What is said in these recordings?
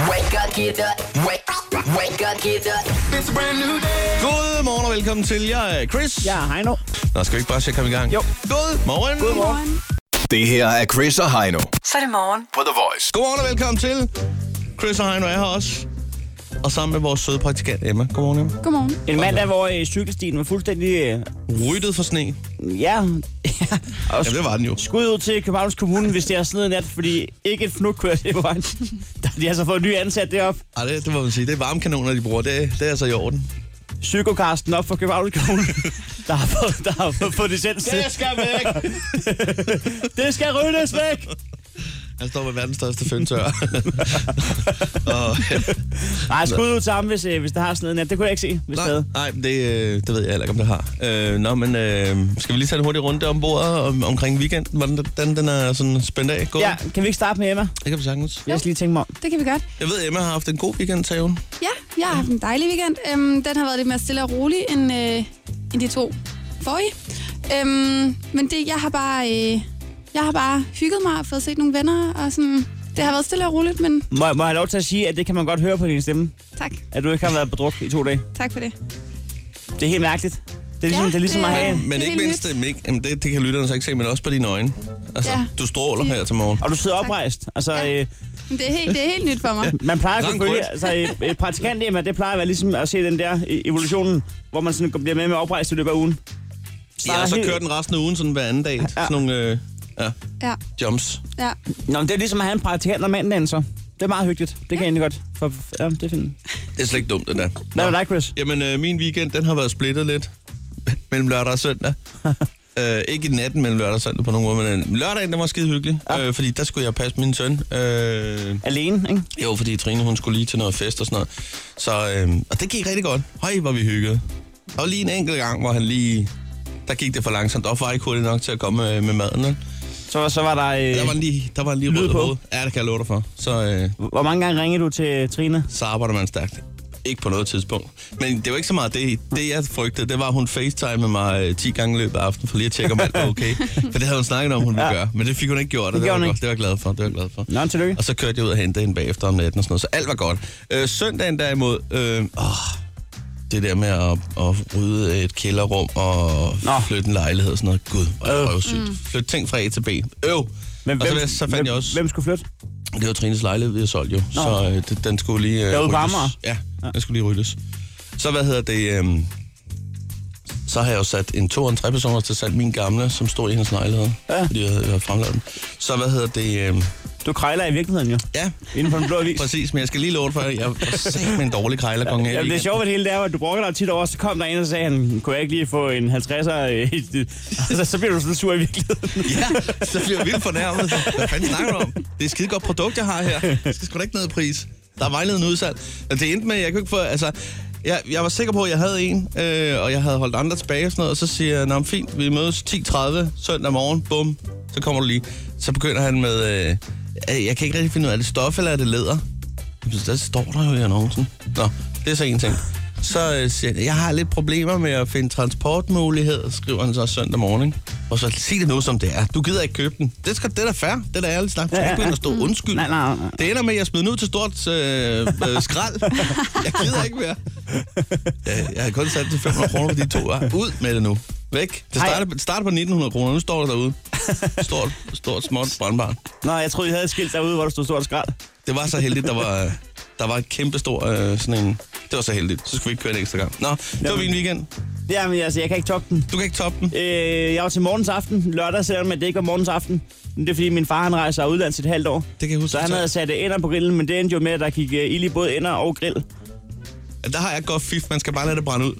get up. Wake, wake up, get up. It's a brand new day. God morgen og velkommen til. Jeg er Chris. Ja, hej nu. Nå, skal vi ikke bare se at komme i gang? Jo. God morgen. God Godmorgen. Det her er Chris og Heino Så er det morgen. på The Voice. God morgen og velkommen til. Chris og Heino er her også. Og sammen med vores søde praktikant Emma. Godmorgen, Emma. Godmorgen. En mandag, hvor øh, cykelstien var fuldstændig... Øh, Ryddet for sne. ja, og Jamen, det var den jo. skud ud til Københavns Kommune, hvis det er sådan noget nat, fordi ikke et fnuk kører det på vejen. Der har de altså fået en ny ansat deroppe. Ej, det, det må man sige. Det er varmekanoner, de bruger. Det, det er så i orden. Psykokarsten op for Københavns Kommune, der har fået, der har fået, fået licens til. skal væk. Det skal ryddes væk! Han står med verdens største føntør. og, Nej, skud ud til ham, hvis, øh, hvis der har sådan noget nat. Det kunne jeg ikke se, hvis nej, det havde. nej men det, øh, det ved jeg heller ikke, om det har. Øh, nå, men øh, skal vi lige tage en hurtig runde om bordet om, omkring weekenden? Hvordan den, den er sådan spændt af? Gået? Ja, kan vi ikke starte med Emma? Det kan vi sagtens. Jeg skal lige tænke mig om. Det kan vi godt. Jeg ved, Emma har haft en god weekend, sagde hun. Ja, jeg har haft en dejlig weekend. Øhm, den har været lidt mere stille og rolig end, øh, end de to forrige. Øhm, men det, jeg har bare... Øh, jeg har bare hygget mig og fået set nogle venner, og sådan... Det har været stille og roligt, men Må, må jeg have lov til at sige, at det kan man godt høre på din stemme, tak. at du ikke har været på druk i to dage. Tak for det. Det er helt mærkeligt. Det er ligesom, Ja, det er ligesom det at er- have en Men Det er ikke helt mindst, det, ikke, jamen det, det kan lytterne så ikke se, men også på dine øjne. Altså, ja. Ja. du stråler her til morgen. Og du sidder oprejst. Altså, Ja. øh, Men det er helt, det er helt nyt for mig. man plejer at Langt kunne følge, rødt. altså øh, øh, praktikant Emma, det plejer at være ligesom at se den der øh, evolutionen, hvor man sådan bliver med med oprejst i løbet af ugen. Ja, og så helt- kører den resten af ugen sådan hver anden dag. Ja. Sådan nogle øh, ja, Ja, jumps. ja. Nå, men det er ligesom at have en praktikant om mandagen så. Det er meget hyggeligt. Det kan jeg egentlig godt. For, ja, det er fint. Det er slet ikke dumt, det der. Hvad med dig, Chris? Jamen, øh, min weekend, den har været splittet lidt mellem lørdag og søndag. øh, ikke i natten mellem lørdag og søndag på nogen måde, men øh, lørdagen, den var skide hyggelig, ja. øh, fordi der skulle jeg passe min søn. Øh, Alene, ikke? jo, fordi Trine, hun skulle lige til noget fest og sådan noget. Så, øh, og det gik rigtig godt. Høj, hvor vi hyggede. Der var lige en enkelt gang, hvor han lige... Der gik det for langsomt. Der var ikke hurtigt nok til at komme øh, med maden. ikke? Så, så var der... Øh, Der var lige, der var lige Lyd rød på. på. Ja, det kan jeg love dig for. Så, øh, Hvor mange gange ringede du til Trine? så arbejder man stærkt. Ikke på noget tidspunkt. Men det var ikke så meget det. Det, jeg frygtede, det var, at hun facetimede mig øh, 10 gange i løbet af aftenen, for lige at tjekke, om alt var okay. For det havde hun snakket om, hun ville gøre. Men det fik hun ikke gjort, og det, Det var, gjorde hun godt. ikke. det var jeg glad for. Det var jeg glad for. Nå, tillykke. Og så kørte jeg ud og hentede hende bagefter om natten og sådan noget. Så alt var godt. Øh, søndagen derimod, øh, åh, det der med at, at rydde et kælderrum og Nå. Mm. flytte en lejlighed og sådan noget. Gud, hvor er det røvsygt. Flytte ting fra A til B. Øv! Men og så, vil jeg- så fandt hvem, jeg også... Hvem skulle flytte? Det var Trines lejlighed, vi har solgt jo. Nå. Så øh, det- den skulle lige øh, Derude på Amager? Ja, den skulle lige ryddes. Så hvad hedder det... Øh, så har jeg jo sat en to- og en tre-personer til salg, min gamle, som stod i hendes lejlighed. Ja. Fordi jeg havde jeg havde fremlaget den. Så hvad hedder det... Øh, Du krejler i virkeligheden jo. ja, Inden for den blå avis. præcis, men jeg skal lige love dig for, at jeg var sagt med en dårlig krejlerkonge. her i Ja, det er weekenden. sjovt ved det hele, det er, jo, at du brokker dig tit over, så kom der en og sagde, han, kunne jeg ikke lige få en 50'er? øh, i det?" altså, så bliver du sådan sur i virkeligheden. Ja, så bliver jeg vildt fornærmet. Hvad fanden snakker du om? Det er et skide godt produkt, jeg har her. Jeg skal sgu da ikke ned i pris. Der er vejledende udsalg. Og det endte med, at jeg kunne ikke få... Altså, jeg, jeg var sikker på, at jeg havde en, øh, og jeg havde holdt andre tilbage og sådan noget, og så siger jeg, "Nå, men fint, vi mødes 10.30 søndag morgen, bum, så kommer du lige. Så begynder han med, øh, "Øh, jeg kan ikke rigtig finde ud af, er det stof eller er det læder? Jamen, Der står der jo i annoncen. Nå, det er så en ting. Så øh, siger jeg, jeg har lidt problemer med at finde transportmuligheder, skriver han så søndag morgen. ikke? Og så sig det nu, som det er. Du gider ikke købe den. Det, skal, det er da fair. Det er da ærligt snak. Du skal Ja, ikke ja, begynde at stå undskyld. Nej, nej, nej. Det ender med, at jeg smider den ud til stort øh, øh, skrald. Jeg gider ikke mere. Jeg, jeg har kun sat til 500 kroner for de to. Ud med det nu. Væk. Det Ej. starter, det starter på 1900 kroner. Nu står det derude. Stort, stort, småt brandbarn. Nå, jeg troede, I havde et skilt derude, hvor der stod stort skrald. Det var så heldigt, der var, der var en kæmpe stor øh, sådan en... Det var så heldigt. Så skulle vi ikke køre en ekstra gang. Nå, det var Jamen. min weekend. Jamen, altså, jeg kan ikke toppe den. Du kan ikke toppe den. Øh, jeg var til morgens aften, lørdag, selvom at det ikke var morgens aften. Men det er fordi, min far han rejser udlandet et halvt år. Det kan jeg huske. Så han havde sat øh, ender på grillen, men det endte jo med, at der gik øh, ild i både ender og grill. Ja, Der har jeg et godt fif. Man skal bare lade det brænde ud.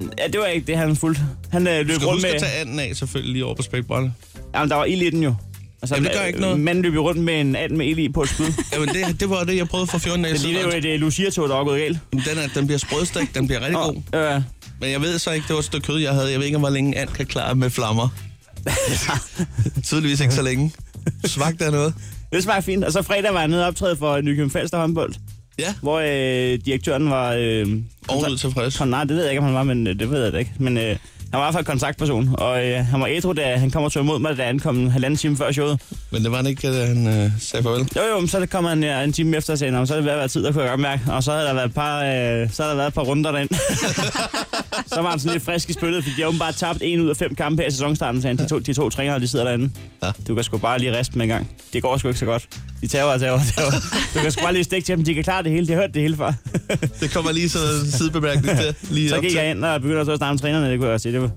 Du Ja, det var ikke det, han fulgte. Han øh, løb skal rundt huske med... at tage anden af, selvfølgelig, lige over på spækbrænde. Jamen, der var ild i den jo. Altså, Jamen, det gør ikke noget. Manden løb jo rundt med en and med ild i på et skud. det Jamen, det, det var det, jeg prøvede for 14 dage ligner siden. jo et øh, Lucia-tog, der var gået galt. Jamen, Den, er, den bliver sprødstegt. Den bliver rigtig god. Øh, Men jeg ved så ikke, det var et stykke kød, jeg havde. Jeg ved ikke, hvor længe and kan klare med flammer. Tydeligvis ikke så længe. Svagt er noget. det smager fint. Og så fredag var jeg nede og optræde for Nykøbing Falster håndbold, Ja, hvor øh, direktøren var... Øh, ovenud tilfreds. så, nej, det ved jeg ikke, om han var, men øh, det ved jeg da ikke. Men øh, Han var i hvert fald kontaktperson, og øh, han var ædru, da han kom og tog imod mig, da jeg ankom en halvanden time før showet. Men det var han ikke, da han øh, sagde farvel. Jo, jo, men så kom han ja, en time efter og sagde, "Nå, så er det ved at være tid, der kunne jeg godt mærke. Og så havde der været et par, øh, så havde der været et par runder derind. så var han sådan lidt frisk i spillet, fordi de har åbenbart tabt en ud af fem kampe her i sæsonstarten, sagde han. De to, de to trænere, de sidder derinde. Ja. Du kan sgu bare lige riste med en gang. Det går sgu ikke så godt. De tager og tager og tager. Du kan sgu bare lige stikke til dem. De kan klare det hele. De har hørt det hele før. Det kommer lige sådan en sidebemærkning til. Lige så op gik til. jeg ind og begyndte at stå og snakke med trænerne. Det kunne jeg også sige. Det var,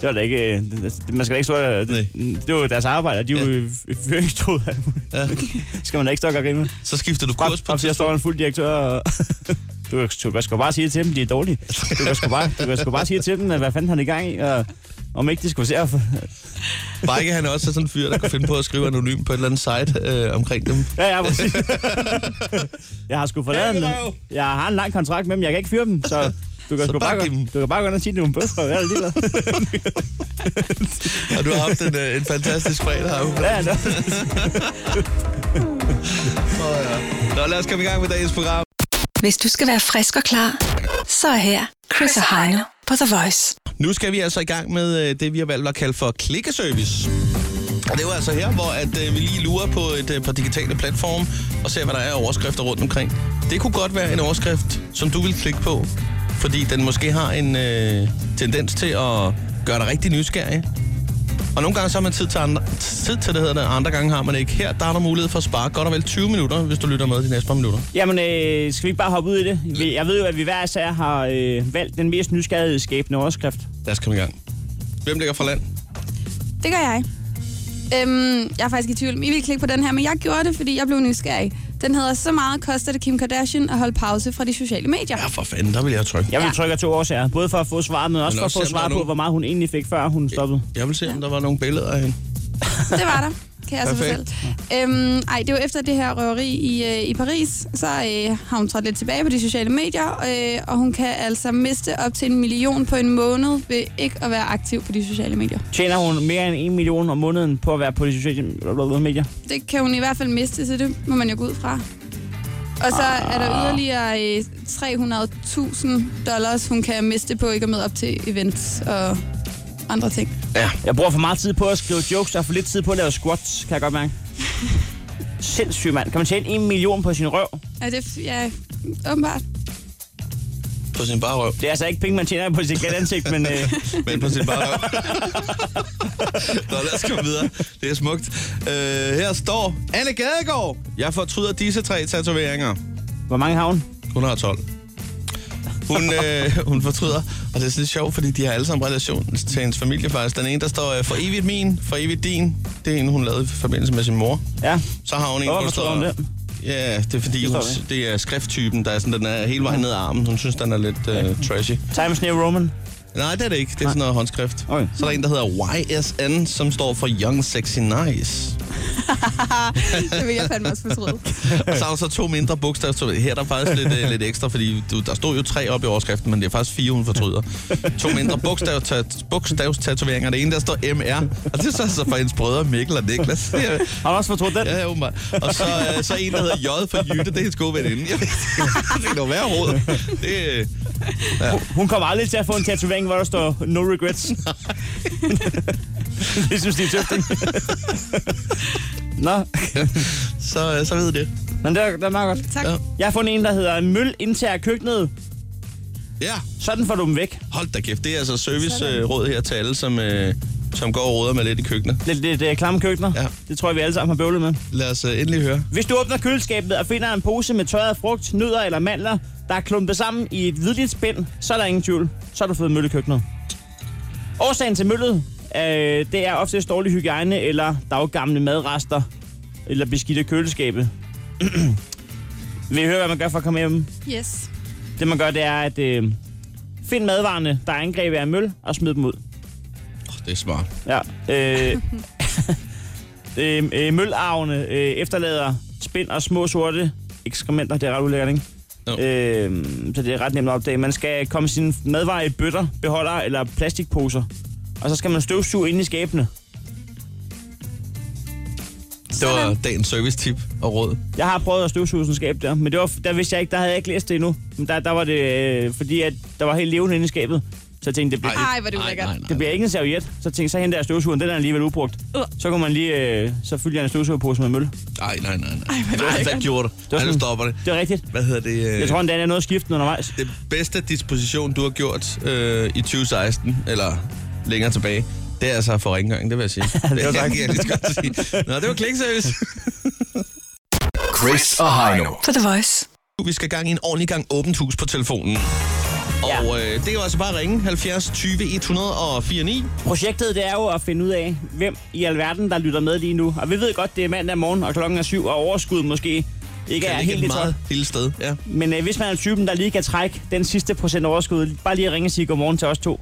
det var da ikke... øh, det- Man skal da ikke stå... og- Det, det var jo deres arbejde, og de er jo ja. fyringstod. Ja. skal man da ikke stå og gøre grin med. Så skifter du kurs Kurs på på jeg står en fuld direktør og... Du kan, du kan sgu bare sige til dem, de er dårlige. Du kan sgu bare, du kan sgu bare sige til dem, at hvad fanden han er i gang i, og om ikke de skulle se at få- Bare ikke, han er også sådan en fyr, der kunne finde på at skrive anonym på et eller andet site øh, omkring dem. Ja, ja, præcis. Jeg har sgu forladt dem. Ja, det er jo. Jeg har en lang kontrakt med dem, jeg kan ikke fyre dem, så... Du kan, Så sgu bare bare, giv dem. gå- du kan bare gå ind og sige, at du er en bøffer. Hvad er det lige der? Og du har haft en, øh, en fantastisk fredag her. Åh, Ja, nå. ja. Nå, lad os komme i gang med dagens program. Hvis du skal være frisk og klar, så er her Chris og Heino på The Voice. Nu skal vi altså i gang med øh, det, vi har valgt at kalde for klikkeservice. Og det er jo altså her, hvor at, øh, vi lige lurer på et øh, par digitale platforme og ser, hvad der er af overskrifter rundt omkring. Det kunne godt være en overskrift, som du vil klikke på, fordi den måske har en øh, tendens til at gøre dig rigtig nysgerrig. Og nogle gange så har man tid til, andre, tid til det, hedder det, og andre gange har man ikke. Her der er der mulighed for at spare godt og vel 20 minutter, hvis du lytter med de næste par minutter. Jamen, øh, skal vi ikke bare hoppe ud i det? Vi- Jeg ved jo, at vi hver især har øh, valgt den mest nysgerrige skæbne overskrift. Lad os komme i gang. Hvem ligger fra land? Det gør jeg. Øhm, jeg er faktisk i tvivl. om I vil klikke på den her, men jeg gjorde det, fordi jeg blev nysgerrig. Den hedder Så meget koster det Kim Kardashian at holde pause fra de sociale medier. Ja, for fanden, der vil jeg trykke. Jeg vil Ja. trykke af to årsager. Både for at få svaret, men også Men for at også få selv, der svar er på, nogen- hvor meget hun egentlig fik, før hun stoppede. Jeg vil se, om der var nogle billeder af hende. Det var der, kan jeg så fortælle. Perfekt. Øhm, ej, det var efter det her røveri i, øh, i Paris, så øh, har hun trådt lidt tilbage på de sociale medier, øh, og hun kan altså miste op til en million på en måned ved ikke at være aktiv på de sociale medier. Tjener hun mere end 1 million om måneden på at være på de sociale medier? Det kan hun i hvert fald miste, så det må man jo gå ud fra. Og så er der yderligere øh, 300.000 dollars, hun kan miste på ikke at møde op til events og andre ting. Jeg bruger for meget tid på at skrive jokes, og for lidt tid på at lave squats, kan jeg godt mærke. Sindssygt, mand. Kan man tjene 1 million på sin røv? Er det, f- ja, åbenbart. På sin bare røv. Det er altså ikke penge, man tjener på sit glat ansigt, men øh, Men på sin bare røv. Nå, lad os komme videre. Det er smukt. Øh, her står Anne Gadegaard. Jeg fortryder disse tre tatoveringer. hvor mange har hun? Hun har 12. Hun, øh, hun fortryder, og det er sådan lidt sjovt, fordi de har alle sammen relation til hendes familie faktisk. Den ene, der står øh, for evigt min, for evigt din, det er en, hun lavede i forbindelse med sin mor. Ja. Så har hun en, Og hvor hvorfor der står- tror hun det? Ja, det er fordi, Det det, står hun, det er skrifttypen, der er sådan, den er hele vejen ned ad armen. Hun synes, den er lidt øh, trashy. Times New Roman. Nej, det er det ikke. Det er sådan noget håndskrift. Okay. Så er der en, der hedder YSN, som står for Young Sexy Nice. Det vil jeg fandme også fortryde. Og så er der så to mindre bogstaver. Så Her er der faktisk lidt, øh, lidt ekstra, fordi du, der stod jo tre op i overskriften, men det er faktisk fire, hun fortryder. To mindre bogstav, bogstavstatoveringer. Det ene, der står MR, og det er så altså for hendes brødre Mikkel og Niklas. Det er, Har du også fortrudt den? ja, ja, åbenbart. Og så, øh, så en, der hedder J for Jytte. Det er hendes gode veninde. Jeg ved, det er noget værre råd. Det, øh, Hun kommer aldrig til at få en tatovering, hvor der står no regrets. det synes de er tøfting. Nå, så, øh, så ved I det. men det er, det er meget godt. Tak. Ja. Jeg har fundet en, der hedder Møl indtager køkkenet. Ja, Sådan får du dem væk. hold da kæft. Det er altså serviceråd her til alle, som, øh, som går og råder med lidt i køkkenet. Lidt, lidt uh, klamme køkkener. Ja. Det tror jeg, vi alle sammen har bøvlet med. Lad os øh, endelig høre. Hvis du åbner køleskabet og finder en pose med tørret frugt, nødder eller mandler, der er klumpet sammen i et hvidligt spænd, så er der ingen tvivl. Så har du fået møl i køkkenet. Årsagen til møllet, øh, det er oftest dårlig hygiejne eller daggamle madrester eller beskidte køleskabe. Vil I høre, hvad man gør for at komme hjem? Yes. Det man gør, det er at øh, finde madvarerne, der er angrebet af møl, og smid dem ud. Oh, det er smart. Ja. Øh, øh, øh, mølarvene øh, efterlader spind og små sorte ekskrementer. Det er ret ulækkert, ikke? Jo. Øh, så det er ret nemt at opdage. Man skal komme sine madvarer i bøtter, beholder eller plastikposer. Og så skal man støvsuge ind i skabene. Det var Sådan. dagens service-tip og råd. Jeg har prøvet at støvsuge sådan et skab der, men det var, der vidste jeg ikke, der havde jeg ikke læst det endnu. Men der, der var det, øh, fordi at der var helt levende inde i skabet. Så jeg tænkte, det bliver, Ej, hvor er det ulækkert. Nej, nej, det nej. bliver ikke en serviet. Så tænkte jeg, så henter jeg støvsugeren, den er alligevel ubrugt. Så kunne man lige, øh, så fylder jeg en støvsugerpose med møl. Nej, nej, nej. nej. Ej, hvor Ej, er det nej. Hvad gjorde du? var Ej, nu sådan- stopper det. Det er rigtigt. Hvad hedder det? øh, Jeg tror endda, jeg nåede at skifte den undervejs. Det bedste disposition, du har gjort øh, i 2016, eller længere tilbage, det er altså for rengøring, det vil jeg sige. det var tak. kan jeg lige så godt sige. Nå, det var klikservice. Chris og Heino. På The Voice. Vi skal gang i en ordentlig gang åbent hus på telefonen. Og øh, det er jo altså bare at ringe 70 20 104 9. Projektet det er jo at finde ud af, hvem i alverden, der lytter med lige nu. Og vi ved godt, det er mandag morgen, og klokken er syv, og overskud måske ikke er helt i et top. meget lille sted. Ja. Men øh, hvis man er typen, der lige kan trække den sidste procent overskud, bare lige at ringe og sige godmorgen til os to,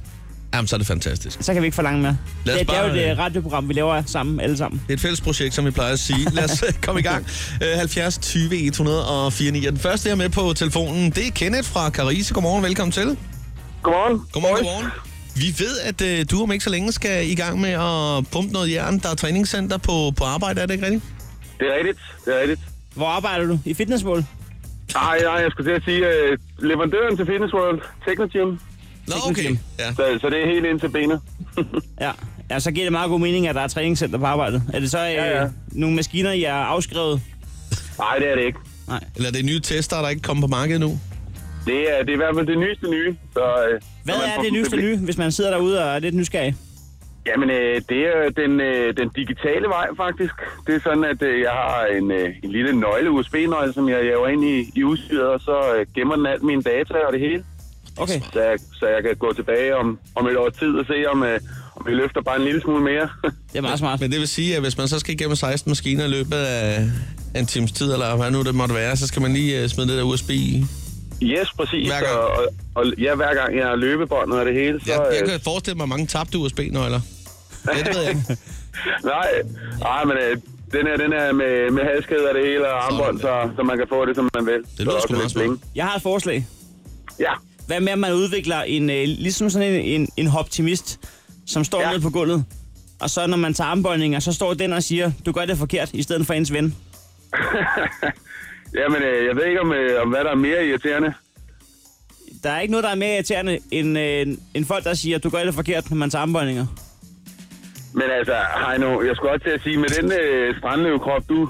Jamen, så er det fantastisk. så kan vi ikke forlange mere. Lad os Det, det er jo bare, det øh, radioprogram, vi laver sammen, alle sammen. Det er et fælles projekt, som vi plejer at sige. Lad os øh, komme i gang. Øh, 70 20 104 9. Den første, jeg er med på telefonen, det er Kenneth fra Carise. Godmorgen, velkommen til. Godmorgen. Godmorgen, godmorgen. Vi ved, at øh, du om ikke så længe skal i gang med at pumpe noget jern. Der er træningscenter på, på arbejde, er det ikke rigtigt? Det er rigtigt, det er rigtigt. Hvor arbejder du? I fitnessmål? Nej, nej, jeg skulle til at sige, uh, leverandøren til Fitness World, Technogym, Nå, Teknogym. Ja. så, så det er helt ind til benet. Ja. ja, så giver det meget god mening, at der er træningscenter på arbejdet. Er det så øh, ja, Ja, ja. ja. nogle maskiner, jeg er afskrevet? Nej, det er det ikke. Eller det er nye tester, der ikke kommer på markedet nu. Det er, det er i hvert fald det nyeste nye. Så, øh, Hvad når man er får det nyeste blik- nye, hvis man sidder derude og er lidt nysgerrig? Jamen, øh, det er den, øh, den digitale vej, faktisk. Det er sådan, at øh, jeg har en, øh, en lille nøgle, USB-nøgle, som jeg jæver ind i, i udstyret, og så øh, gemmer den alt mine data og det hele. Okay. Så jeg, så jeg kan gå tilbage om, om et år tid og se, om, øh, om vi løfter bare en lille smule mere. Det er meget smart. Men det vil sige, at hvis man så skal igennem 16 maskiner i løbet af en times tid, eller hvad nu det måtte være, så skal man lige øh, smide det der USB i. yes, præcis. Hver gang. Og, og, og ja, hver gang jeg har løbebåndet og det hele, så... Jeg, jeg øh, kan forestille mig mange tabte USB-nøgler. Ja, det ved jeg ikke. Nej, nej, men øh, den her, den her med, med halskæde og det hele og armbånd, så, så man kan få det, som man vil. lyder Så sgu også meget lidt smart. bling. Jeg har et forslag. Ja, Hvad med, at man udvikler en, øh, ligesom sådan en, en, en optimist, som står ja. Ja. nede på gulvet, og så når man tager armbøjninger, så står den og siger, du gør det forkert, i stedet for ens ven. jamen øh, jeg ved ikke, om, øh, om hvad der er mere irriterende. Der er ikke noget, der er mere irriterende end, øh, end folk, der siger, du gør det forkert, når man tager armbøjninger. Men altså, Heino, jeg skulle også til at sige, med den øh, strandløvekrop, du...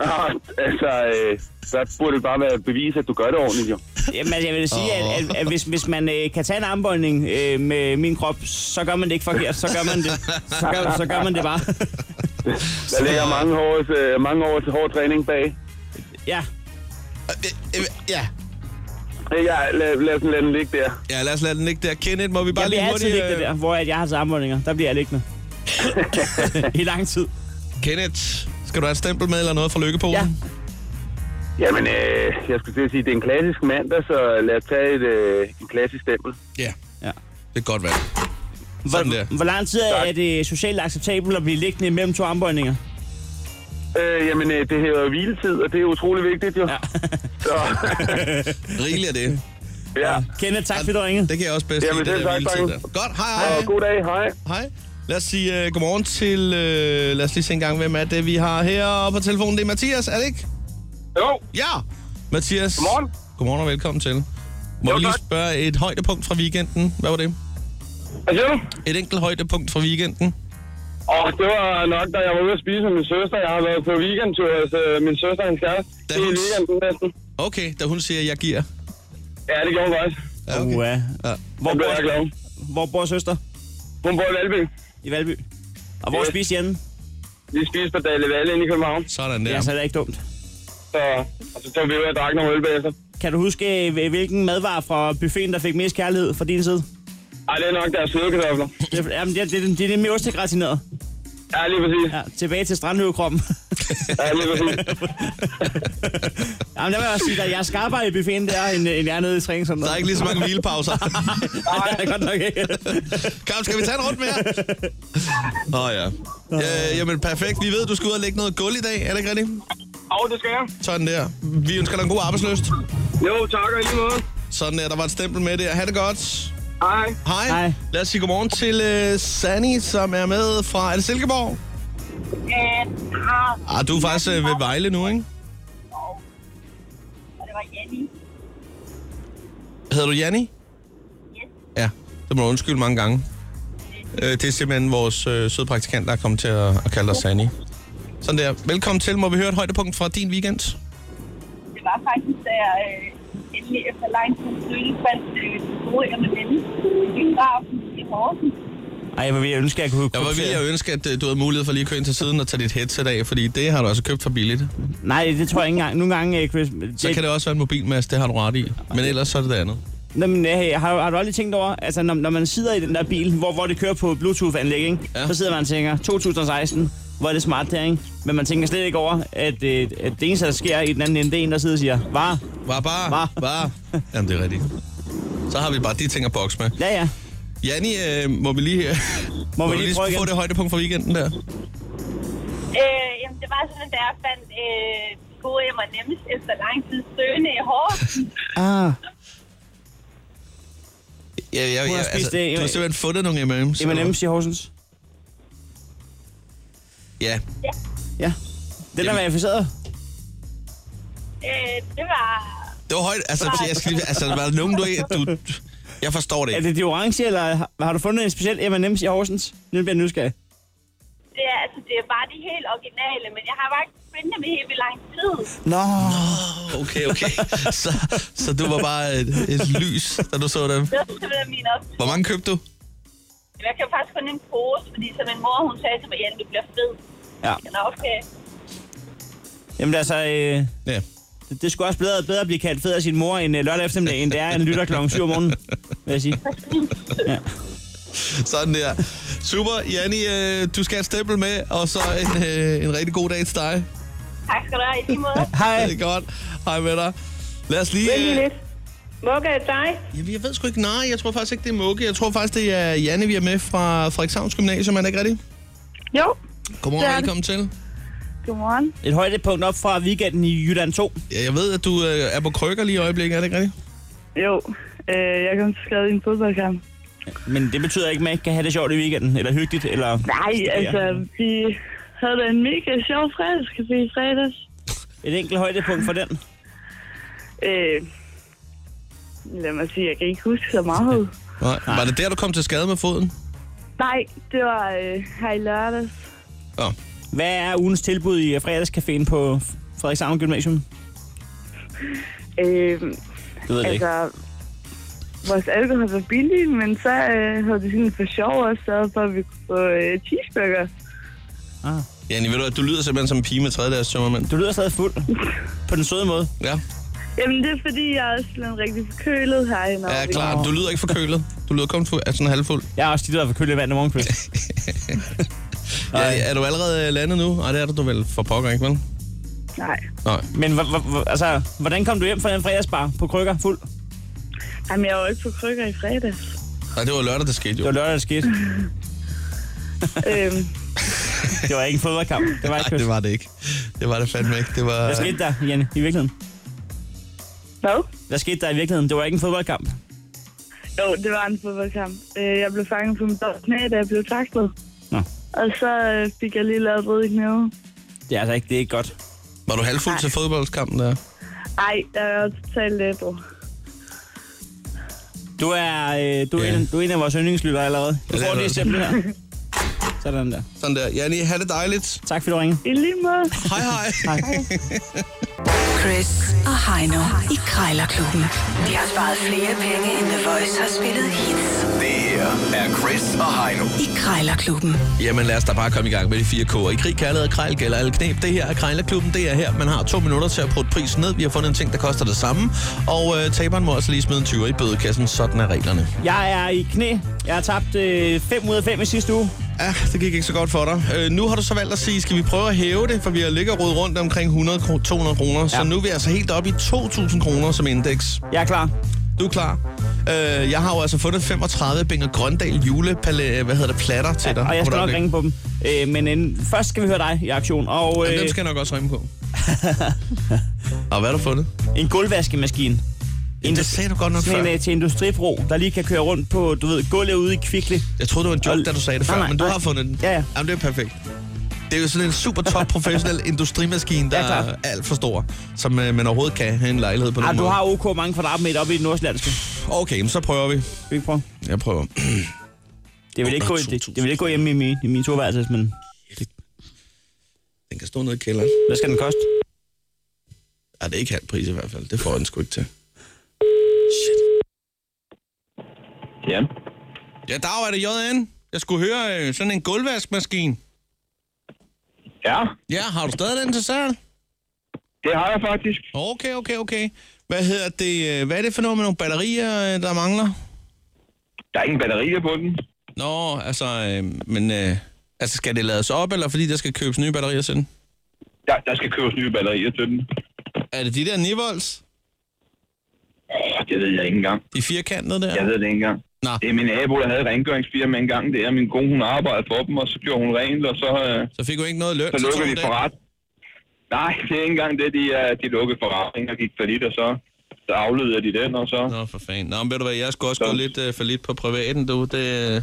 Ah, altså, øh, så burde det bare være et bevis, at du gør det ordentligt, jo. Jamen, altså, jeg vil sige, at, at, at hvis, hvis man øh, kan tage en armbøjning øh, med min krop, så gør man det ikke forkert, så gør man det, så gør, så gør man det bare. Der ligger mange års, øh, mange års hård træning bag. ja, Øh, øh, Ja, Øh, Ja, lad, lad, den, lad den ligge der. ja lad os lade den ligge der. Kenneth, må vi bare jeg lige bliver altid hurtigt... liggende øh, der, hvor at jeg har taget armbøjninger. Der bliver jeg liggende. I lang tid. Kenneth, skal du have et stempel med eller noget fra Lykkepolen? Ja. Jamen, øh, jeg skulle til at sige, det er en klassisk mandag, så lad os tage et, øh, en klassisk stempel. Ja, Ja. det er godt valgt. Sådan der. Hvor, hvor lang tid er Tak. det socialt acceptabelt at blive liggende mellem to armbøjninger? Øh, jamen, øh, det hedder jo hviletid, og det er utrolig vigtigt, jo. Ja. Så, Rigeligt af det. ja. Kenneth, tak fordi du ringede. Det kan jeg også bedst Jamen, lide, det selv der tak, hviletid der. drenge. Godt, hej, hej. Og god dag, hej. Hej. Lad os sige uh, godmorgen til... Uh, lad os lige se en gang, hvem er det, vi har her på telefonen. Det er Mathias, er det ikke? Jo, Ja! Mathias. Godmorgen. Godmorgen og velkommen til. Må Jo, vi lige tak. spørge et højdepunkt fra weekenden? Hvad var det? hvad siger du? Et enkelt højdepunkt fra weekenden? Og det var nok, da jeg var ude at spise med min søster. Jeg har været på weekendtur hos øh, min søster og hendes kæreste. Da Det er hun- weekenden næsten. Okay, da hun siger, jeg giver. Ja, det gjorde hun faktisk. Ja, Okay. Uh, Ja. hvor, Jeg blev jeg glad. bor, hvor bor søster? Hun bor i Valby. I Valby. Og hvor Ja. spiser I henne? Vi spiste på Dalle Valle inde i København. Sådan der. Ja, så er det ikke dumt. Så, og så tog vi ud og drak nogle øl bagefter. Kan du huske, øh, hvilken madvare fra buffeten, der fik mest kærlighed fra din side? Ej, det er nok deres flødekartofler. Det, jamen, det, det, det, det er nemlig ostegratineret. Ja, lige præcis. Ja, tilbage til strandløvekroppen. Ja, lige præcis. jamen, der vil jeg også sige, at jeg er skarpere i buffeten der, end, øh, end jeg er nede i træningscenteret. Der er ikke lige så mange hvilepauser. Nej, det er godt nok ikke. Kom, skal vi tage en rundt mere? Åh oh, ja. ja. Jamen perfekt. Vi ved, du skal ud og lægge noget gulv i dag. Er det ikke rigtigt? Og det skal jeg. Sådan der. Vi ønsker dig en god arbejdsløst. Jo, tak og i lige måde. Sådan der. Der var et stempel med der. Ha' det godt. Hej. Hej. Hej. Lad os sige godmorgen til uh, Sanni, som er med fra er det Silkeborg. Øh, har, Ah, du er faktisk uh, ved Vejle nu, ikke? og det var Jenny. Hedder du Janni? Yes. Ja. Det må du undskylde mange gange. Øh, det er simpelthen vores øh, søde praktikant, der er kommet til at, at kalde dig Sandy. Sådan der. Velkommen til. Må vi høre et højdepunkt fra din weekend? Det var faktisk, da jeg øh, endelig efter lang tid søgte fandt øh, gode M&M i biografen i Horsens. Ej, hvor vil jeg ønske, at jeg kunne... Jeg var vildt at ønske, at øh, du havde mulighed for lige at køre ind til siden og tage dit headset af, fordi det har du altså købt for billigt. Nej, det tror jeg ikke engang. Nogle gange, øh, Chris... Så kan det også være en mobilmast, det har du ret i. Men ellers så er det det andet. Jamen, hey, øh, har, har du aldrig tænkt over, altså når, når man sidder i den der bil, hvor, hvor det kører på Bluetooth-anlæg, ikke? Ja. Ja. så sidder man og tænker, 2016, hvor er det smart der, ikke? Men man tænker slet ikke over, at, øh, at det eneste, der sker i den anden ende, det er en, der sidder og siger, var, Var bare, Var. bare. Jamen, det er rigtigt. Så har vi bare de ting at bokse med. ja ja, Janni, øh, må vi lige, øh, må, må vi lige prøve igen? få det højdepunkt fra weekenden der? Øh, jamen, det var sådan, da jeg fandt øh, de gode M&M's efter lang tid søgende i Horsens. Ah, Ja, ja, Hun har ja, spist altså, det, du har øh, simpelthen fundet nogle M&M's. M&M's i Horsens. Ja, Ja. Den er Jamen. verificeret. Øh, det var... det var højt. Altså, jeg skal lige, altså, var der nogen, du, du... Jeg forstår det Er ikke. det de orange, eller har, har du fundet en speciel M&M's i Horsens? Nu bliver jeg nysgerrig. Det er, altså, det er bare de helt originale, men jeg har bare ikke fundet dem i helt vildt lang tid. Nå. Okay, okay. Så, så du var bare et, et lys, da du så dem. Det var simpelthen min op. Hvor mange købte du? Jeg kan faktisk kun en pose, fordi som min mor, hun sagde til mig, at du bliver fed. Ja. Nå, okay. Jamen altså, øh, Ja. det, det skulle også bedre, bedre at blive kaldt fed af sin mor en øh, lørdag eftermiddag, end det er en lytter klokken 7 om morgenen, vil jeg sige. Sådan der. Super, Janni, øh, du skal have et stempel med, og så en, øh, en rigtig god dag til dig. Tak skal du have i lige måde. Hej. Det er godt. Hej med dig. Lad os lige... Vent lige øh, lidt. Mugge er dig. Jamen, jeg ved sgu ikke. Nej, jeg tror faktisk ikke, det er Mugge. Jeg tror faktisk, det er Janne, vi er med fra Frederikshavns Gymnasium. Er det ikke rigtigt? Jo. Godmorgen Det og er det. velkommen til. Godmorgen. Et højdepunkt op fra weekenden i Jylland 2. Ja, jeg ved, at du øh, er på krykker lige i øjeblikket. Er det ikke rigtigt? Jo. Øh, jeg kom til skade i en fodboldkamp. Men det betyder ikke, at man ikke kan have det sjovt i weekenden, eller hyggeligt, eller... Nej, altså, vi havde da en mega sjov fredagscafé i fredags. Et enkelt højdepunkt for den. Øh, lad mig sige, jeg kan ikke huske så meget. Nej. Var det der, du kom til skade med foden? Nej, det var øh, her i lørdags. Ja. Hvad er ugens tilbud i øh, fredagscaféen på Frederikshavn Gymnasium? Øh, Det ved jeg ikke. altså, vores alkohol var billig, men så øh, havde de sådan for sjov også sørget for, at vi kunne få øh, cheeseburger. Janne, ved du, at du lyder simpelthen som en pige med tredjedags tømmermænd. Du lyder stadig fuld. På den søde måde. Ja, Jamen, det er fordi, jeg er sådan rigtig forkølet herinde. ja klart. Du lyder ikke forkølet. Du lyder kun fu- er sådan halvfuld. Jeg har også tit været for kølig vand i morgen, Chris. Ja, er du allerede øh, landet nu? Nej, det er du, du vel for pokker, ikke vel? Nej. Nej. Men hvor- hvor- hvor- altså, hvordan kom du hjem fra den fredagsbar på krykker fuld? Jamen, jeg var ikke på krykker i fredags. Nej, det var lørdag, det skete Det jo. var lørdag, det skete. øhm, Det var ikke en fodboldkamp. Det var ikke, Nej, Chris. det var det ikke. Det var det fandme ikke. Det var... Hvad skete der, Janne, i virkeligheden? hvad? Hvad skete der i virkeligheden? Det var ikke en fodboldkamp. Jo, det var en fodboldkamp. Øh, jeg blev fanget på mit dårlige knæ, da jeg blev taklet. Nå. Og så øh, fik jeg lige lavet et brud i knæet. Det er altså ikke, det er ikke godt. Var du halvfuld til fodboldskampen der? Ej, jeg er totalt ædru. Du er, øh, du, er Ja. en, du er en af vores yndlingslytter allerede. Du Ja, det er får jeg. det eksempel her. Sådan der. Sådan der. Janni, have det dejligt. Tak fordi du ringede. I lige måde. Hej, hej. Chris og Heino i Krejlerklubben. De har sparet flere penge, end The Voice har spillet hits Det her er Chris og Heino. i Krejlerklubben. Jamen lad os da bare komme i gang med de fire K'er. I krig, kærlighed og krejl gælder alle knep. Det her er Krejlerklubben, det er her. Man har to minutter til at putte prisen ned. Vi har fundet en ting, der koster det samme. Og øh, taberen må altså lige smide en 20 i bødekassen. Sådan er reglerne. Jeg er i knæ. Jeg har tabt øh, 5 ud af 5 i sidste uge. Ja, det gik ikke så godt for dig. Øh, nu har du så valgt at sige, skal vi prøve at hæve det? For vi har ligget og rodet rundt omkring 100 kro- 200 kroner. Ja. Så Ja. nu er vi altså helt oppe i 2.000 kroner som indeks. Jeg er klar. Du er klar. Øh, jeg har jo altså fundet 35 Binger Grøndal julepalæ... Hvad hedder det? Platter til dig. Og jeg Hvordan skal nok det- ringe på dem. Øh, men øh, først skal vi høre dig i aktion. Og Jamen, øh, Dem skal jeg nok også ringe på. og hvad har du fundet? en gulvvaskemaskine. Jamen, det sagde du godt nok Sådan før. en øh, til industribro, der lige kan køre rundt på, du ved, gulvet ude i Kvickly. Jeg troede, det var en joke, Og- da du sagde det før, Nej, nej, men du nej. har fundet den. Ja, ja. Jamen, det er perfekt. Det er jo sådan en super top professionel industrimaskine, der Ja, klar. er alt for stor, som øh, man overhovedet kan have i en lejlighed på Ah, nogen du måde. har ok mange kvadratmeter oppe i det nordsjællandske. Okay, men så prøver vi. Skal vi ikke prøve? Jeg prøver. Det vil ikke gå, i- det, det vil ikke gå hjemme i min, i min toværelse, men Den kan stå nede i kælderen. hvad skal den koste? Ja, det er ikke halv pris i hvert fald. Det får den sgu ikke til. Ja. Ja, dag er det JN. Jeg skulle høre øh, sådan en gulvvaskemaskine. Ja, Ja, har du stadig den til salg? det har jeg faktisk. Okay, okay, okay. Hvad hedder det? øh, Hvad er det for noget med nogle batterier, øh, der mangler? Der er ingen batterier på den. Nå, altså, øh, men øh, altså, skal det lades op, eller fordi der skal købes nye batterier til den? Der, der skal købes nye batterier til den. Er det de der 9 volts? Åh, det ved jeg ikke engang. De firkantede der? Jeg ved det ikke engang. Nå. Det er min nabo, der havde et rengøringsfirma engang. Det er min kone, hun arbejdede for dem, og så gjorde hun rent, og så, øh, Så fik du ikke noget løn? så til to lukkede de dage? forret. Nej, det er ikke engang det, de, øh, de lukkede forretningen og gik for lidt, og så, så afleder de den, og så... Nå, for fanden. Nå, men ved du hvad, jeg skulle også Så. gå lidt øh, for lidt på privaten, du. Det, øh,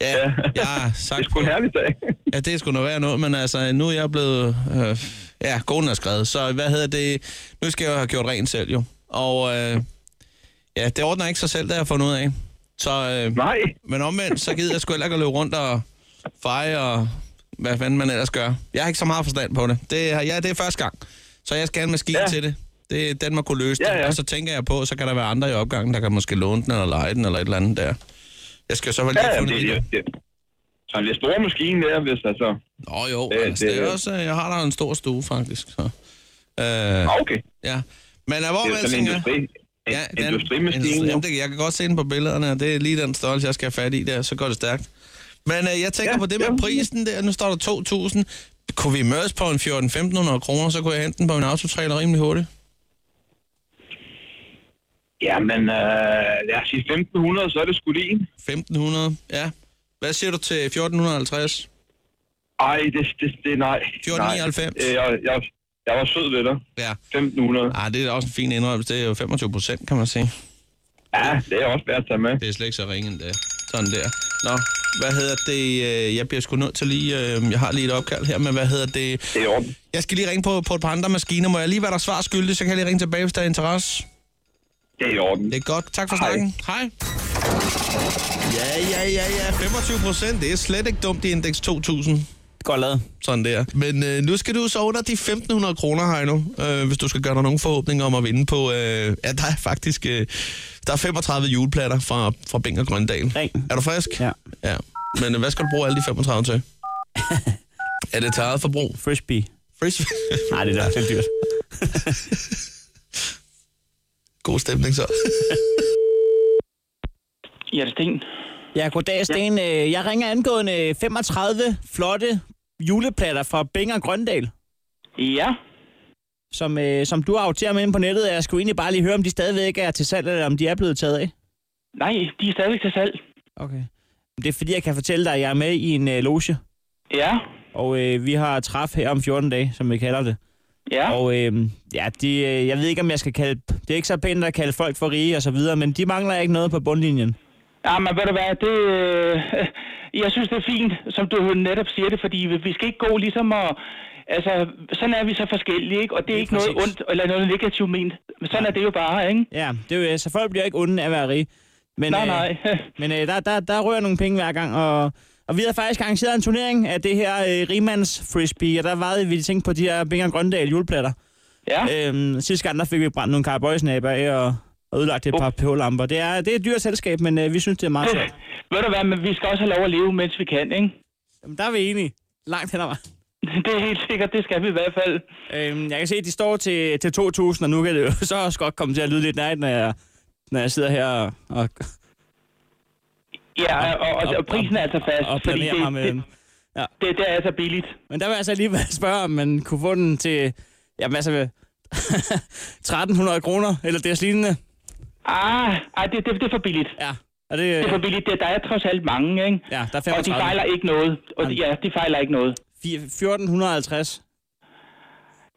ja, Ja. jeg har Det sagt er sgu en herlig dag. Ja, det skulle noget være noget, men altså, nu er jeg blevet... Øh, ja, konen er skrevet, så hvad hedder det... Nu skal jeg jo have gjort rent selv, jo. Og øh, ja, det ordner ikke sig selv, det har jeg fundet ud af. Så, øh, Nej, men omvendt, så gider jeg sgu heller ikke at løbe rundt og feje og hvad fanden man ellers gør. Jeg har ikke så meget forstand på det. det har- ja, det er første gang. Så jeg skal have en maskine ja. Ja. til det. det. Den må kunne løse Ja, det. ja. Og så tænker jeg på, så kan der være andre i opgangen, der kan måske låne den eller lege den eller et eller andet der. Jeg skal så vel lige ja, have jamen, fundet det, ud af- det, det, så en lidt stor maskine der, hvis altså... Nå jo, det, Det- altså, det, det- er også, jeg har der en stor stue faktisk. Så. Øh, Nå, Okay, ja. Men er hvor det er sådan en industri, en Ja, den- industrimaskine. industri- Jamen, det, jeg kan godt se den på billederne, og det er lige den størrelse, jeg skal have fat i der, så går det stærkt. Men øh, jeg tænker Ja, på det med ja. prisen der, nu står der 2.000. Kunne vi mødes på en 14-1500 kroner, så kunne jeg hente den på min autotrailer rimelig hurtigt. Jamen, øh, lad os sige 1500, så er det sgu lige. 1500, ja. Hvad siger du til 1450? Ej, det, det, det nej. 14,99. Nej. Øh, Jeg, jeg, jeg var sød ved dig. Ja. 1500. Ah, det er også en fin indrømmelse. Det er jo 25 procent, kan man sige. Ja, det er også værd at tage med. Det er slet ikke så ringe endda. Sådan der. Nå, hvad hedder det? øh, Jeg bliver sgu nødt til lige... øh, Jeg har lige et opkald her, men hvad hedder det? Det er i orden. Jeg skal lige ringe på, på et par andre maskiner. Må jeg lige være der svar skyldig, så kan jeg lige ringe tilbage, hvis der er interesse? Det er i orden. Det er godt. Tak for Hej. snakken. Hej. Ja, ja, ja, ja. 25 procent, det er slet ikke dumt i indeks 2000. Godt lavet. Sådan der. Men øh, nu skal du så under de 1.500 kroner, Heino, øh, hvis du skal gøre dig nogle forhåbninger om at vinde på... Øh, ja, der er faktisk... Øh, der er 35 juleplatter fra, fra Bing og Grøndal. Ring. Er du frisk? Ja. ja. Men øh, hvad skal du bruge alle de 35 til? er det til eget forbrug? Frisbee. Frisbee? Nej, det er da lidt dyrt. God stemning så. Ja, det er Sten. Ja, goddag, Sten. Øh, Jeg ringer angående 35 flotte juleplatter fra Bing og Grøndal, Ja, som, øh, som du har afteret med inde på nettet. Jeg skulle egentlig bare lige høre, om de stadigvæk er til salg, eller om de er blevet taget af. nej, de er stadigvæk til salg. Okay. Det er fordi, jeg kan fortælle dig, at jeg er med i en øh, loge, Ja, og øh, vi har træf her om 14 dage, som vi kalder det. ja. Og øh, ja, de, øh, jeg ved ikke, om jeg skal kalde... Det er ikke så pænt at kalde folk for rige og så videre, men de mangler ikke noget på bundlinjen. Ja, men ved du hvad, det, øh, jeg synes, det er fint, som du netop siger det, fordi vi skal ikke gå ligesom og... Altså, sådan er vi så forskellige, ikke? Og det er Lige ikke noget præcis. ondt eller noget negativt ment. Men sådan er det jo bare, ikke? Ja, det er jo, øh, så folk bliver ikke onde af at være rige. Men, Nej, øh, nej. Men øh, der, der, der rører nogle penge hver gang, og, og vi havde faktisk arrangeret en turnering af det her øh, Riemanns Frisbee, og der vejede vi tænkte på de her Bing og Grøndal juleplatter. Ja, Øhm, sidste gang, der fik vi brændt nogle karabøjsnaber af og, og ødelagt et par pH-lamper. Det er, det er et dyrt selskab, men øh, vi synes, det er meget sjovt. ved du hvad, men vi skal også have lov at leve, mens vi kan, ikke? Jamen, der er vi enige. Langt hen ad vejen. Det er helt sikkert, det skal vi i hvert fald. Øhm, jeg kan se, at de står til, til 2.000, og nu kan det jo så også godt komme til at lyde lidt nært, når jeg, når jeg sidder her og, og, Ja, og, og, og prisen er altså fast, og fordi planerer øh, mig det, med det, dem. det, det er altså billigt. Men der vil jeg så alligevel spørge, om man kunne få den til jamen, altså, ved- 1.300 kroner, eller det lignende. Ah, ah det, det, det er for billigt. Ja, er det, Det er for billigt. Det, der er trods alt mange, ikke? ja der er Og de 35. fejler ikke noget. Og de, ja, de fejler ikke noget. Fi- 1450.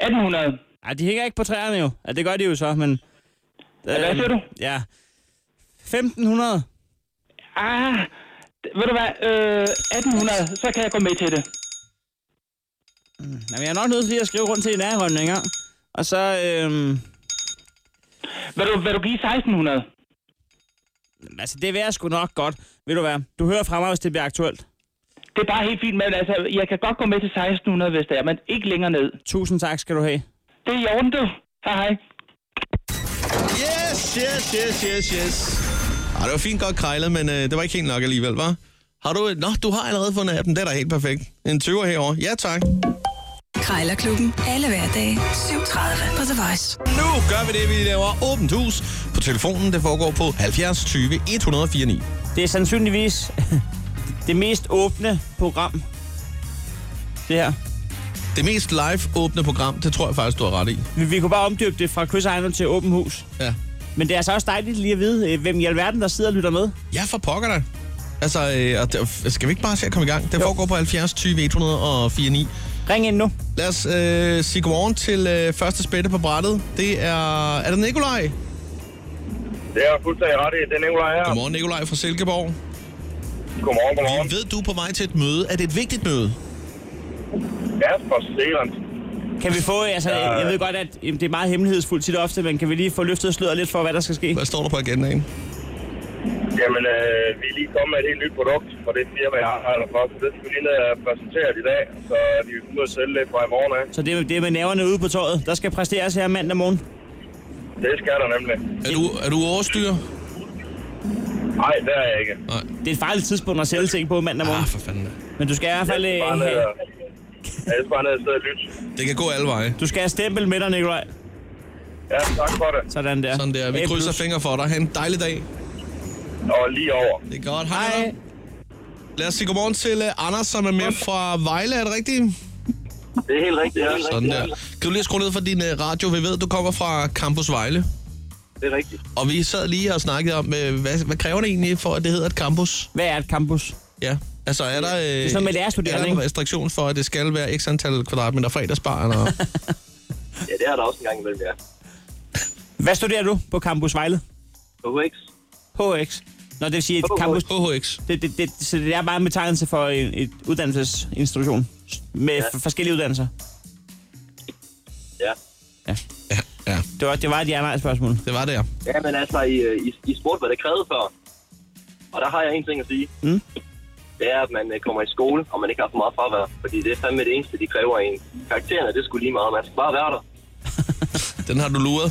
1800. Ej, de hænger ikke på træerne jo. Ja, det gør de jo så, men... Øh, hvad siger du? Ja. 1500. Ah, d- ved du hvad? Øh, 1800, så kan jeg gå med til det. Jamen, jeg er nok nødt til lige at skrive rundt til en ærerømning engang. Og så, øhm, Vil du, vil du give 1600? Jamen, Altså, det vil jeg sgu nok godt. Ved du hvad? Du hører fra mig, hvis det bliver aktuelt. Det er bare helt fint, men altså, jeg kan godt gå med til 1600, hvis det er, men ikke længere ned. Tusind tak skal du have. Det er i orden, du. Hej hej. Yes, yes, yes, yes, yes. Ej, det var fint godt krejlet, men øh, det var ikke helt nok alligevel, var? Har du... Nå, du har allerede fundet appen. Det er da helt perfekt. En 20'er herovre. Ja, tak. Krejlerklubben. Alle hverdage. 7.30 på The Voice. Nu gør vi det, vi laver åbent hus på telefonen. Det foregår på 70 20 104 9. Det er sandsynligvis det mest åbne program. Det her. Det mest live-åbne program, det tror jeg faktisk, du har ret i. Vi, vi kunne bare omdøbe det fra Chris Ejner til Åben Hus. Ja. Men det er altså også dejligt lige at vide, øh, hvem i alverden, der sidder og lytter med. Ja, for pokker da. Altså, øh, og det- skal vi ikke bare se at komme i gang? Det foregår på 70 20 104 9. Ring ind nu. Lad os øh, sige godmorgen til øh, første spætte på brættet. Det er... Er det Nikolaj? Det er fuldstændig ret i. Det er Nicolaj her. Godmorgen, Nikolaj fra Silkeborg. Godmorgen, godmorgen. Vi ved, du er på vej til et møde. Er det et vigtigt møde? Ja, for Seland. Kan vi få, altså, Ja. jeg ved godt, at jamen, det er meget hemmelighedsfuldt tit og ofte, men kan vi lige få løftet sløret lidt for, hvad der skal ske? Hvad står der på agendaen? Jamen, øh, vi er lige kommet med et helt nyt produkt fra det firma, jeg arbejder for. Så det skal vi lige ned og præsentere i dag, så vi kan ud og sælge det fra i morgen af. Så det, er- det er med næverne ude på tøjet. Der skal præsteres her mandag morgen. Det skal der nemlig. Er du, er du overstyrer? Nej, det er jeg ikke. Nej. Det er et farligt tidspunkt at sælge ting på mandag morgen. Ah, for fanden. da. Men du skal i hvert fald... Jeg skal Øh, bare ned have, og- jeg skal bare ned og sidde og lytte. Det kan gå alle veje. du skal have stempel med dig, Nikolaj. Ja, tak for det. Sådan der. Sådan der. Vi A+. krydser fingre for dig. Ha' en dejlig dag. Og lige over. Det er godt. Hej. Hej. Lad os sige godmorgen til øh, Anders, som er med fra Vejle. Er det rigtigt? Det er helt rigtigt, ja. Sådan der. Kan du lige skrue ned for din øh, radio? Vi ved, du kommer fra Campus Vejle. Det er rigtigt. Og vi sad lige og snakkede om, øh, hvad, hvad kræver det egentlig for, at det hedder et campus? Hvad er et campus? Ja. Altså, er der, øh, det sådan noget med lærerstuderende, er der en ikke? restriktion for, at det skal være x antal kvadratmeter fredagsbar? Eller? Ja, det er der også en gang imellem, ja. Hvad studerer du på Campus Vejle? På X. HX. Nå, det vil sige, at campus, HHX. det, det, det, så det er bare en betegnelse for en et uddannelsesinstitution med ja. forskellige uddannelser. Ja. Ja, Det var, det var et ja-nej-spørgsmål. det var det, ja. Ja, men altså, I, øh, I, I spurgte, hvad det krævede før. Og der har jeg en ting at sige. Mm. Det er, at man øh, kommer i skole, og man ikke har for meget fravær. Fordi det er fandme det eneste, de kræver af en. Karaktererne, det skulle lige meget. Man skal bare være der. Den har du luret.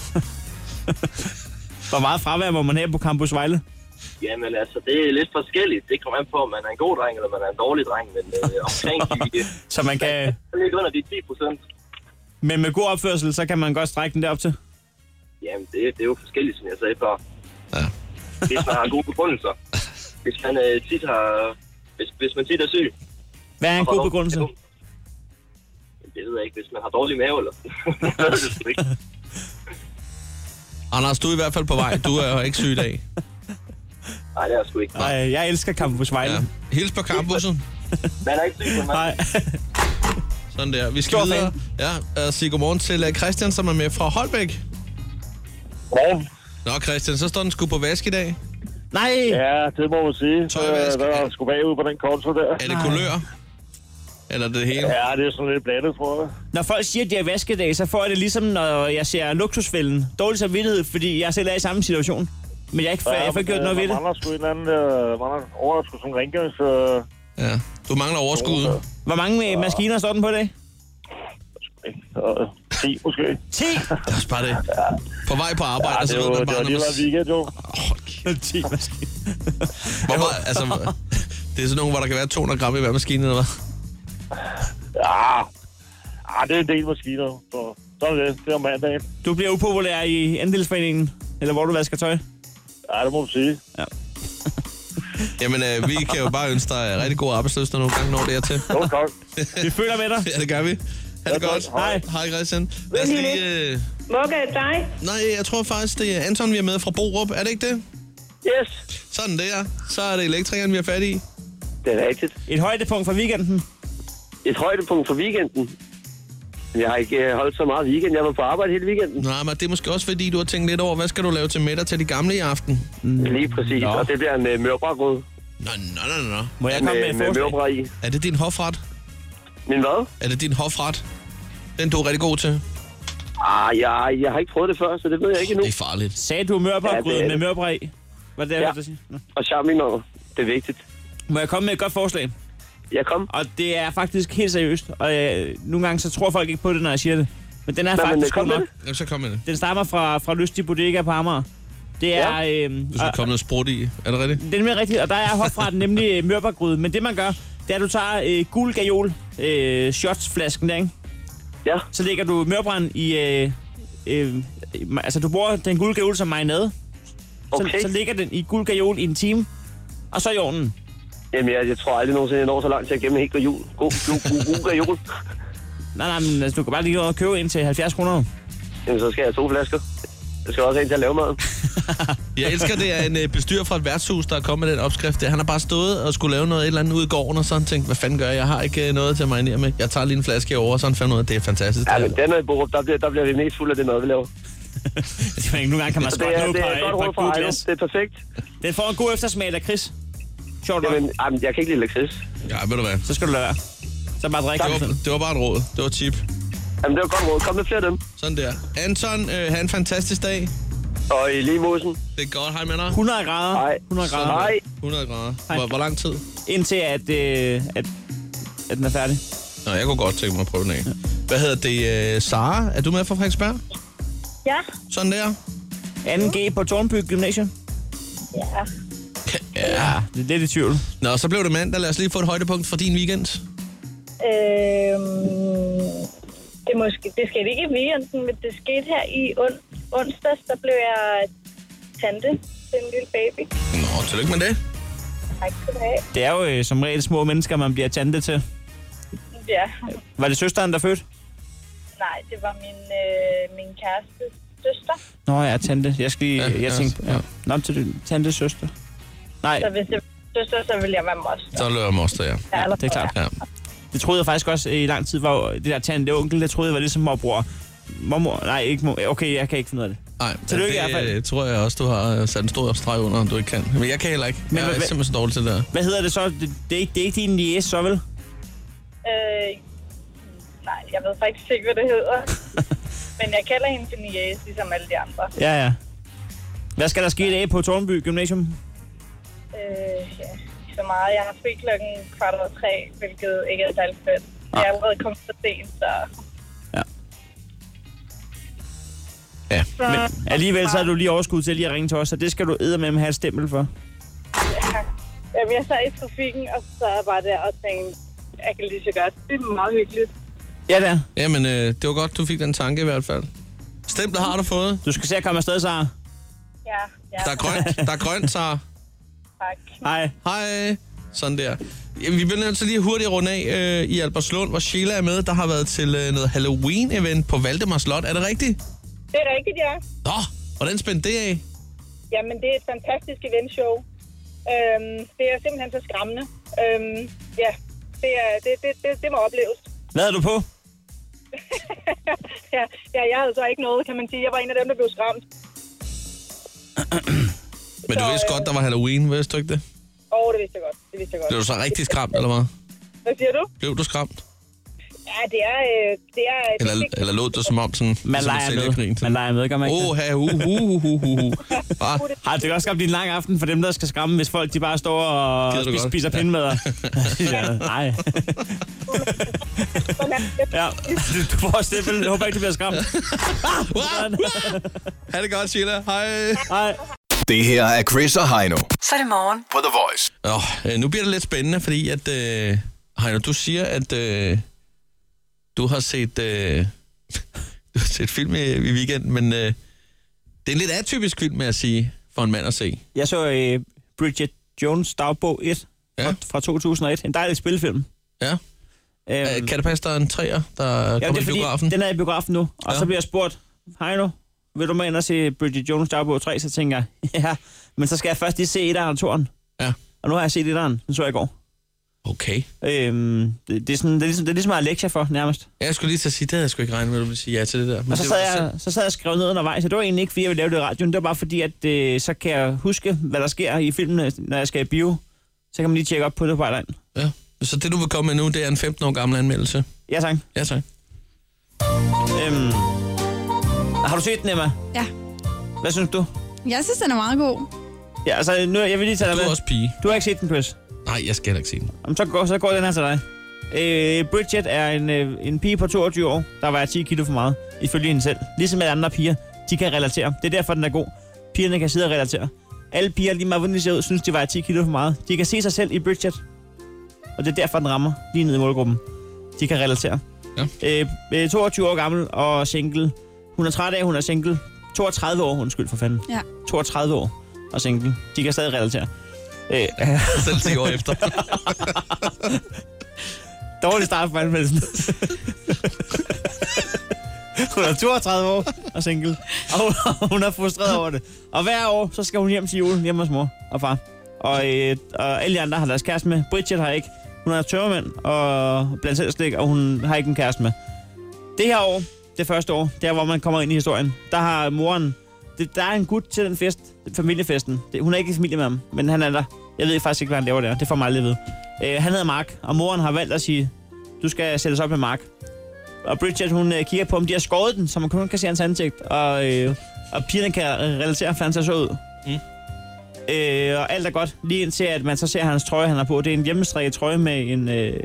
Hvor meget fravær må man have på Campus Vejle? Jamen altså, det er lidt forskelligt. Det kommer an på, om man er en god dreng, eller man er en dårlig dreng. Men øh, omkring de, øh, Så man kan... lidt under de 10 procent, Men med god opførsel, så kan man godt strække den derop til. jamen det, det er jo forskelligt, som jeg sagde før. Ja. Hvis man har gode begrundelser. Hvis man øh, tit har... Hvis, hvis man tit er syg. Hvad er en god begrundelse? Jamen, Det ved jeg ikke, hvis man har dårlig mave, eller... Jeg ved det sgu ikke. Anders, du er i hvert fald på vej. Du er jo ikke syg i dag. Nej, det er jeg sgu ikke. Nej, jeg elsker Campus Vejle. Ja. Ja. Hils på campussen. Man er ikke syg, men man... Nej. Sådan der. Vi skal Stor videre. Ja, og sige godmorgen til øh, Christian, som er med fra Holbæk. Godmorgen. Nå, Christian, så står den sgu på vask i dag. Nej! Ja, det må man sige. Så Tøjvask. øh, der er sgu bagud på den konto der. Er det kulør? Eller det hele? Ja, det er sådan lidt blandet, tror jeg. Når folk siger, at de er vaskedag, så får jeg det ligesom, når jeg ser luksusfælden. Dårlig samvittighed, fordi jeg selv er i samme situation. Men øh, jeg, er ikke, ja, jeg får ikke gjort noget ved det. Man mangler sgu en eller anden... Øh, man mangler sgu sådan en rengørings... Øh, Ja. Du mangler overskud. Hvor mange øh, maskiner står den på i dag? øh, 10 måske. 10! Det er også bare det. På vej på Ja, arbejde, og det, så er jo, ved man det bare, var når lige man... været weekend, jo. 10 maskiner. Hvorfor, altså, det er sådan nogle, hvor der kan være 200 gram i hver maskine, eller hvad? Ja. ja, det er en del maskiner. Så sådan er det. Det er om mandagen. Du bliver upopulær i andelsforeningen, eller hvor du vasker tøj. Ja, det må man sige. Jamen, øh, vi kan jo bare ønske dig øh, rigtig god arbejdsløst, når nogle gange når det er til. Jo, tak. Vi følger med dig. Ja, det gør vi. Ha' det Ja, godt. tak. Hej. Hej, Christian. Lad os lige... Øh... Mokka er dig. Nej, jeg tror faktisk, det er Anton, vi er med fra Borup. Er det ikke det? Yes. Sådan der. Så er det elektrikeren, vi har fat i. Det er rigtigt. Et højdepunkt fra weekenden. Et højdepunkt for weekenden. Jeg har ikke øh, holdt så meget weekend. Jeg var på arbejde hele weekenden. Nej, men det er måske også, fordi du har tænkt lidt over, hvad skal du lave til middag til de gamle i aften? Lige præcis. Mm. Nå. Og det bliver en uh, mørbrød Nå, nå, nå, nå, nå. Må jeg komme med et med forslag? mørbrød i. Er det din hofret? Men hvad? Er det din hofret? Den du er rigtig god til? Ah, jeg, jeg har ikke prøvet det før, så det ved jeg ikke endnu. Det er farligt. Sagde du mørbrødgrød Ja, det er med det. mørbrød i? Var det det, jeg hørte dig sige? Nå. Og charminummer. Det er vigtigt. Må jeg komme med et godt forslag? Ja, kom. Og det er faktisk helt seriøst, og jeg, nogle gange så tror folk ikke på det, når jeg siger det. Men den er Nå, men, øh, faktisk kom god med nok. det. Jamen, så kom med det. Den stammer fra, fra Lystig Bodega på Amager. Det er... Ja. Øhm, Du skal og- komme noget sprudt i. Er det rigtigt? Det er nemlig rigtigt, og der er hofretten nemlig øh, mørbergryde. Men det man gør, det er, at du tager øh, gul gajol, øh, shotsflasken der, ikke? Ja. Så lægger du mørbrænd i... Øh, øh, ma- altså, du bruger den gule gajol som marinade. Okay. Så, så ligger den i gul gajol i en time, og så i ovnen. Jamen, jeg, jeg tror aldrig nogensinde, jeg når så langt til at gemme helt jul. God, god, god, god, god jul. Nej, nej, men altså, du kan bare lige gå og købe ind til 70 kroner. Jamen, så skal jeg have to flasker. Jeg skal også have en til at lave maden. Jeg elsker, det er en øh, bestyrer fra et værtshus, der er kommet med den opskrift. der. Han har bare stået og skulle lave noget et eller andet ude i gården, og sådan tænkt, hvad fanden gør jeg? Jeg har ikke øh, noget til at marinere med. Jeg tager lige en flaske over, og sådan fandt ud af, at det er fantastisk. Ja, det men her. den er i Borup, der bliver, der bliver vi mest fulde af det mad, vi laver. Det er ikke nogle gange, kan man Så skåre det er- noget det er på et godt et råd fra par gode Heino. glas. Det er perfekt. Den får en god eftersmag af Chris. Sjovt nok. Jamen, jamen, jeg kan ikke lide lakrids. Ja, ved du hvad? Så skal du lade være. Så bare drikke. Det var, det var bare et råd. Det var tip. Jamen, det var godt råd. Kom med flere af dem. Sådan der. Anton, øh, have en fantastisk dag. Og i lige mosen. Det er godt. Hej med dig. 100 grader. Hej. 100 grader. Sådan der. 100 grader. Hvor, hvor lang tid? Indtil at, øh, at, at den er færdig. Nå, jeg kunne godt tænke mig at prøve den af. Hvad hedder det? Øh, Sara, er du med fra Frederiksberg? Ja. Sådan der. 2G på Tornby Gymnasium. Ja. Ja, det er lidt i tvivl. Nå, så blev det mandag. Lad os lige få et højdepunkt fra din weekend. Øhm, det, er måske, det skete ikke i weekenden, men det skete her i on, onsdags, der blev jeg tante til en lille baby. Nå, tillykke med det. Tak skal du have. Det er jo øh, som regel små mennesker, man bliver tante til. Ja. Var det søsteren, der fødte? Nej, det var min, øh, min kærestes søster. Nå, jeg er tante. Jeg skal lige... Ja, jeg tænkte... Ja. Nå, til din tante søster. Nej. Så hvis det var søster, så ville jeg være moster. Så løber jeg også, ja. Ja, det er klart. Ja. Det troede jeg faktisk også øh, i lang tid, var det der tante onkel, det troede jeg var ligesom morbror. Mormor, nej, ikke mor. Okay, jeg kan ikke finde ud af det. Nej, Tillykke i det, hvert fald. øh, tror jeg også, du har øh, sat en stor streg under, du ikke kan. Men jeg kan heller ikke. Men, jeg er hvad- hvad- simpelthen så dårlig til det der. Hvad hedder det så? Det, det, er, ikke, det er ikke din niece, så vel? Øh, nej, jeg ved faktisk ikke, hvad det hedder. men jeg kalder hende for Nies, ligesom alle de andre. Ja, ja. Hvad skal der ske i dag på Tornby Gymnasium? Øh, ja, ikke så meget. Jeg har fri klokken kvart over tre, hvilket ikke er særlig fedt. Jeg er allerede kommet for sent, så... Ja. Men alligevel så har du lige overskud til lige at ringe til os, og det skal du eddermame have et stempel for. Jamen, jeg sad i trafikken, og så var der og tænkte, jeg kan lige så godt. Det er meget hyggeligt. Ja, der. Jamen, øh, det var godt, du fik den tanke i hvert fald. Stemplet har du fået. Du skal se at komme afsted, Sara. Ja, ja. Der er grønt, der er grønt, Sara. Tak. Hej. Hej. Sådan der. Jamen, vi bliver nødt til lige hurtigt at runde af øh, i Albertslund, hvor Sheila er med. Der har været til øh, noget Halloween-event på Valdemar Slot. Er det rigtigt? Det er rigtigt, ja. Nå, hvordan spændte det af? Jamen, det er et fantastisk eventshow. Øhm, det er simpelthen så skræmmende. Øhm, ja, det, er, det, det, det, det må opleves. Hvad er du på? ja, ja, jeg havde så ikke noget, kan man sige. Jeg var en af dem, der blev skræmt. Men du vidste godt, der var Halloween, vidste du ikke det? Åh, oh, det vidste jeg godt. Det vidste jeg godt. Blev du så rigtig skræmt, eller hvad? Hvad siger du? Blev du skræmt? Ja, det er... Øh, det er Eller, eller lod det som om sådan... ligesom Man leger med. Man leger med, gør man ikke Oh, ha, uh, uh, uh, uh, uh. Bare, Har det kan også skabt en lang aften for dem, der skal skræmme, hvis folk de bare står og Gider du spiser, godt? spiser Ja. pindmadder? ja. Nej. ja, du, du får et stempel. Jeg håber ikke, du bliver skræmt. ha' det godt, Sheila. Hej. Hej. Det her er Chris og Heino Så er det morgen. på The Voice. Nå, øh, nu bliver det lidt spændende, fordi at... Øh, Heino, du siger, at øh, du har set... Øh, du har set film i, i weekenden, men øh, det er en lidt atypisk film, med at sige, for en mand at se. Jeg så øh, Bridget Jones' dagbog 1 ja. fra 2001. En dejlig spillefilm. Ja. Øh, Øhm, Kan det passe, der er en træer, der ja, Ja, det kommer er i fordi, biografen? den er i biografen nu. Og Ja. ja. så bliver jeg spurgt, hej nu, vil du med ind og se Bridget Jones' dagbog 3? Så tænker jeg, ja, men så skal jeg først lige se etteren og toren. Ja. Og nu har jeg set etteren, den så jeg i går. Okay. Øhm, det, det, er sådan, det, er ligesom, det er ligesom at have lektier for, nærmest. Jeg skulle lige til at sige, det havde jeg sgu ikke regnet med, at du ville sige ja til det der. Men og så det sad, var jeg, så sad jeg og skrev ned undervejs, og det var egentlig ikke, fordi jeg ville lave det i radioen. Det var bare fordi, at øh, så kan jeg huske, hvad der sker i filmene, når jeg skal i bio. Så kan man lige tjekke op på det på vej derind. Ja. Så det, du vil komme med nu, det er en 15 år gammel anmeldelse. Ja, tak. Ja, tak. Øhm, har du set den, Emma? Ja. Hvad synes du? Jeg synes, den er meget god. Ja, altså, nu, jeg vil lige tage dig Du er med. også pige. Du har ikke set den, Chris? Nej, jeg skal heller ikke se den. Jamen, så går, så går den her til dig. Øh, Bridget er en, øh, en pige på 22 år, der vejer 10 kilo for meget, ifølge hende selv. Ligesom alle andre piger, de kan relatere. Det er derfor, den er god. Pigerne kan sidde og relatere. Alle piger, lige meget hvordan de ser ud, synes, de vejer 10 kilo for meget. De kan se sig selv i Bridget. Og det er derfor, den rammer lige ned i målgruppen. De kan relatere. Ja. Øh, øh, 22 år gammel og single. Hun er 30 af, hun er single. 32 år, undskyld for fanden. Ja. 32 år og single. De kan stadig relatere. Øh. Selv 10 år efter. Dårlig start for anmeldelsen. hun er 32 år og single, og hun- hun er frustreret over det. Og hver år, så skal hun hjem til julen, hjemme hos mor og far. Og, øh, og alle de andre har deres kæreste med. Bridget har ikke. Hun er tørmand og blandt selv slik, og hun har ikke en kæreste med. Det her år, det første år, der hvor man kommer ind i historien, der har moren... Det, der er en gut til den fest, familiefesten. Det, hun er ikke i familie med ham, men han er der. Jeg ved faktisk ikke, hvad han laver der. Det får mig aldrig at vide. Øh, han hedder Mark, og moren har valgt at sige, du skal sættes op med Mark. Og Bridget, hun øh, kigger på, om de har skåret den, så man kun kan se hans ansigt. Og, øh, og pigerne kan relatere, for han ser så ud. Mm. Øh, og alt er godt, lige indtil at man så ser hans trøje, han har på. Det er en hjemmestrikket trøje med en, øh,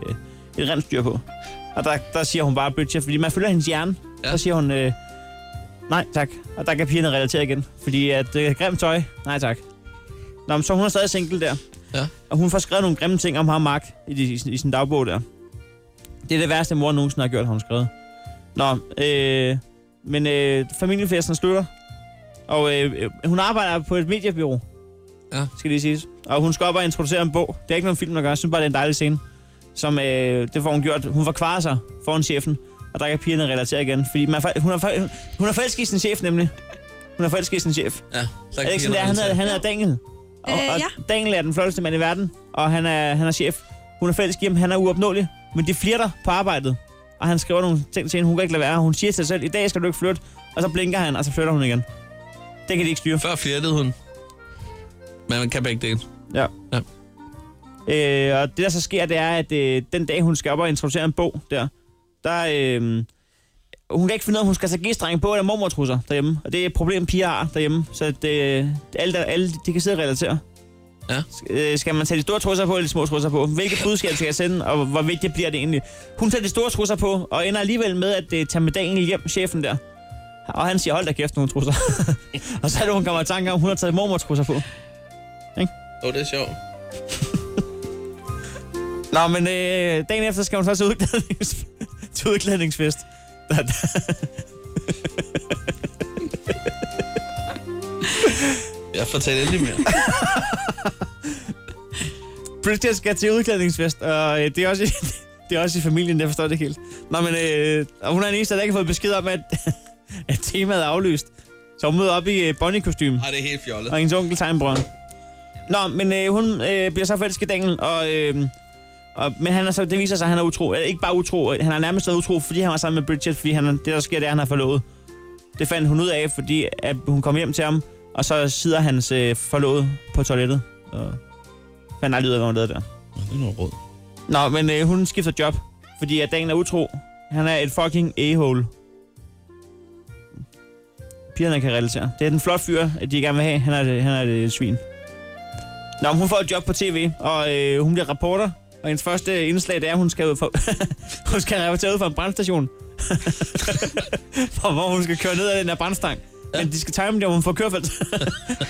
et rensdyr på. Og der, der siger hun bare Bridget, fordi man følger hendes hjerne. Ja. Så siger hun, øh, nej tak. Og der kan pigerne relatere igen, fordi at øh, grimt tøj, nej tak. Nå, men så hun er stadig single der. Ja. Og hun får skrevet nogle grimme ting om ham, Mark, i, i, i sin dagbog der. Det er det værste, mor nogensinde har gjort, har hun skrevet. Nå, øh, men øh, familiefesten slutter. Og øh, øh, hun arbejder på et mediebyrå. Ja. Skal lige siges. Og hun skal op og introducere en bog. Det er ikke nogen film, der gør. Jeg synes bare, det er en dejlig scene. Som, øh, det får hun gjort. Hun forkvarer sig foran chefen. Og der kan pigerne relatere igen. Fordi man, er fa- hun, er, fa- hun er forelsket i sin chef, nemlig. Hun er forelsket i sin chef. Ja, Er det ikke sådan, der? Han hedder, han hedder Daniel. Og, Øh, og ja. Daniel er den flotteste mand i verden, og han er, han er chef. Hun er fælles hjem, han er uopnåelig, men de flirter på arbejdet. Og han skriver nogle ting til hende, hun kan ikke lade være. Hun siger til sig selv, i dag skal du ikke flytte. Og så blinker han, og så flytter hun igen. Det kan de ikke styre. Før flirtede hun. Men man kan begge dele. Ja. ja. Øh, og det, der så sker, det er, at øh, den dag, hun skal op og introducere en bog der, der øh, hun kan ikke finde ud af, om hun skal tage g-strenge på eller mormortrusser derhjemme. Og det er et problem, piger har derhjemme. Så det, det- alle, der, alle, de kan sidde og relatere. Ja. Øh, skal man tage de store trusser på eller de små trusser på? Hvilket budskab skal jeg sende, og hvor vigtigt bliver det egentlig? Hun tager de store trusser på, og ender alligevel med at øh, tage med Daniel hjem, chefen der. Og han siger, hold da kæft, nogle trusser. og så er det, hun kommer i tanke om, hun har taget mormortrusser på. Åh, oh, det er sjovt. Nå, men øh, dagen efter skal hun så til, udklædnings- til udklædningsfest. Der, der. Jeg fortæller endelig mere. Bridget skal til udklædningsfest, og øh, det, er også i, det er også i familien, jeg forstår det ikke helt. Nå, men øh, og hun er den eneste, der ikke har fået besked om, at, at temaet er aflyst. Så hun møder op i øh, Bonnie-kostyme. Ej, det er helt fjollet. Og hendes onkel tager en brønd. Nå, men øh, hun øh, bliver så forelsket i Daniel, og, øh, og, men han er så, det viser sig, at han er utro. Eller, ikke bare utro, øh, han er nærmest været utro, fordi han var sammen med Bridget, fordi han, det, der sker, det er, at han har forlovet. Det fandt hun ud af, fordi at hun kom hjem til ham, og så sidder hans øh, forlovet på toilettet. Og fandt aldrig ud af, hvad hun lavede der. Det er noget råd. Nå, men øh, hun skifter job, fordi at Daniel er utro. Han er et fucking a-hole. Pigerne kan relatere. Det er den flot fyr, at de gerne vil have. Han er, han er et svin. Nå, men hun får et job på tv, og øh, hun bliver reporter. Og hendes første indslag, det er, at hun skal, ud for, hun skal rapportere ud fra en brandstation. hvor, hvor hun skal køre ned ad den der brandstang. Men de skal time det, om hun får kørt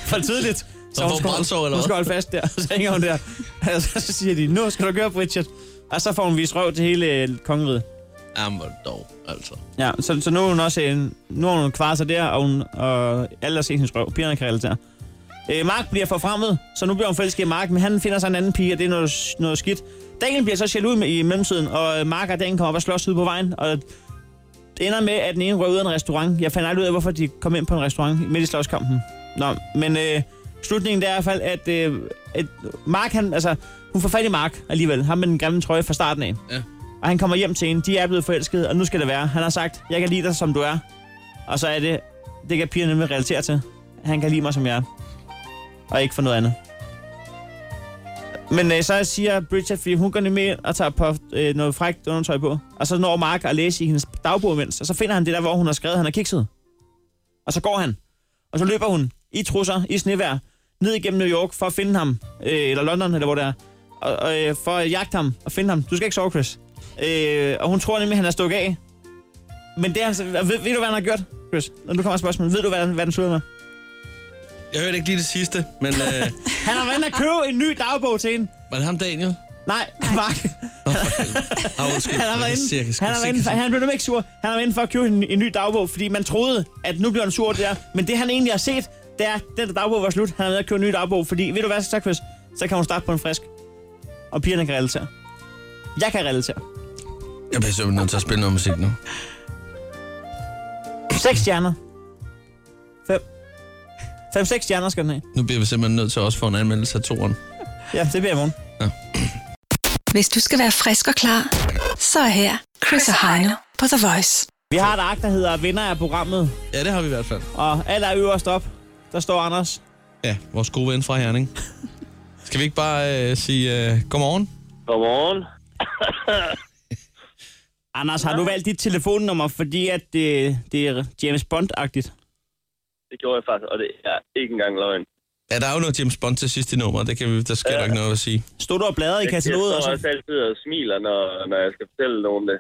for tidligt. Så får hun brandsår, eller hun skal hvad? holde fast der, og så hænger hun der. Og så, så siger de, nu skal du køre, Bridget. Og så får hun vist røv til hele øh, kongeriget. Jamen, hvor dog, altså. Ja, så, så nu er hun også en, nu har hun kvar sig der, og, hun, og alle har set hendes røv. Pigerne kan relatere. Øh, Mark bliver forfremmet, så nu bliver hun forelsket i Mark, men han finder sig en anden pige, og det er noget, noget skidt. Daniel bliver så jaloux med- i mellemtiden, og øh, Mark og Daniel kommer op og slås ude på vejen, og det ender med, at den ene røg ud af en restaurant. Jeg fandt aldrig ud af, hvorfor de kom ind på en restaurant midt i slåskampen. Nå, men øh, slutningen der er i hvert fald, at, øh, at Mark, han, altså, hun får fat i Mark alligevel. Ham med den grimme trøje fra starten af. Ja. Og han kommer hjem til hende. De er blevet forelskede, og nu skal det være. Han har sagt, jeg kan lide dig, som du er. Og så er det, det kan pigerne nemlig relatere til. Han kan lide mig, som jeg er. Og ikke for noget andet. Men øh, så siger Bridget, fordi hun går ned med ind og tager på øh, noget frækt undertøj på. Og så når Mark at læse i hendes dagbog imens, og så finder han det der, hvor hun har skrevet, at han er kikset. Og så går han. Og så løber hun i trusser, i snevær, ned igennem New York for at finde ham, øh, eller London, eller hvor det er, og, og, øh, for at jagte ham og finde ham. Du skal ikke sove, Chris. Øh, og hun tror nemlig, at han er stukket af. Men det er han, så- ved, ved, du, hvad han har gjort, Chris? Når nu kommer spørgsmålet. Ved du, hvad, hvad den slutter med? Jeg hørte ikke lige det sidste, men... Øh, Han har været inde og købe en ny dagbog til hende. var det ham, Daniel? Nej, Mark. Oh, undskyld. Han har været Jeg inde, cirka- han har været inde, cirka- han blev nemlig ikke sur. Han har været inde for at købe en, en ny dagbog, fordi man troede, at nu bliver han sur der. Men det han egentlig har set, det er, at den der dagbog var slut. Han har været at købe en ny dagbog, fordi ved du hvad, så, Chris, så kan hun starte på en frisk. Og pigerne kan relatere. Jeg kan relatere. Jeg bliver simpelthen nødt til at spille noget musik nu. Seks stjerner. Fem. Fem, seks stjerner skal den have. Nu bliver vi simpelthen nødt til også at få en anmeldelse af toren. Ja, det bliver i morgen. Hvis du skal være frisk og klar, så er her Chris og Heino på The Voice. Vi har et ark, der hedder vinder af programmet. Ja, det har vi i hvert fald. Og alt er øverst op. Der står Anders. Ja, vores gode ven fra Herning. Skal vi ikke bare øh, sige øh, godmorgen? Godmorgen. Anders, har du valgt dit telefonnummer, fordi at det, det er James Bond-agtigt? Det gjorde jeg faktisk, og det er ikke engang løgn. Ja, der er jo noget James Bond til sidst i nummeret. Det kan vi, der sker ja. der ikke noget at sige. Stod du og bladrede i kataloget? Jeg og så- står også altid og smiler, når, når jeg skal fortælle nogen det.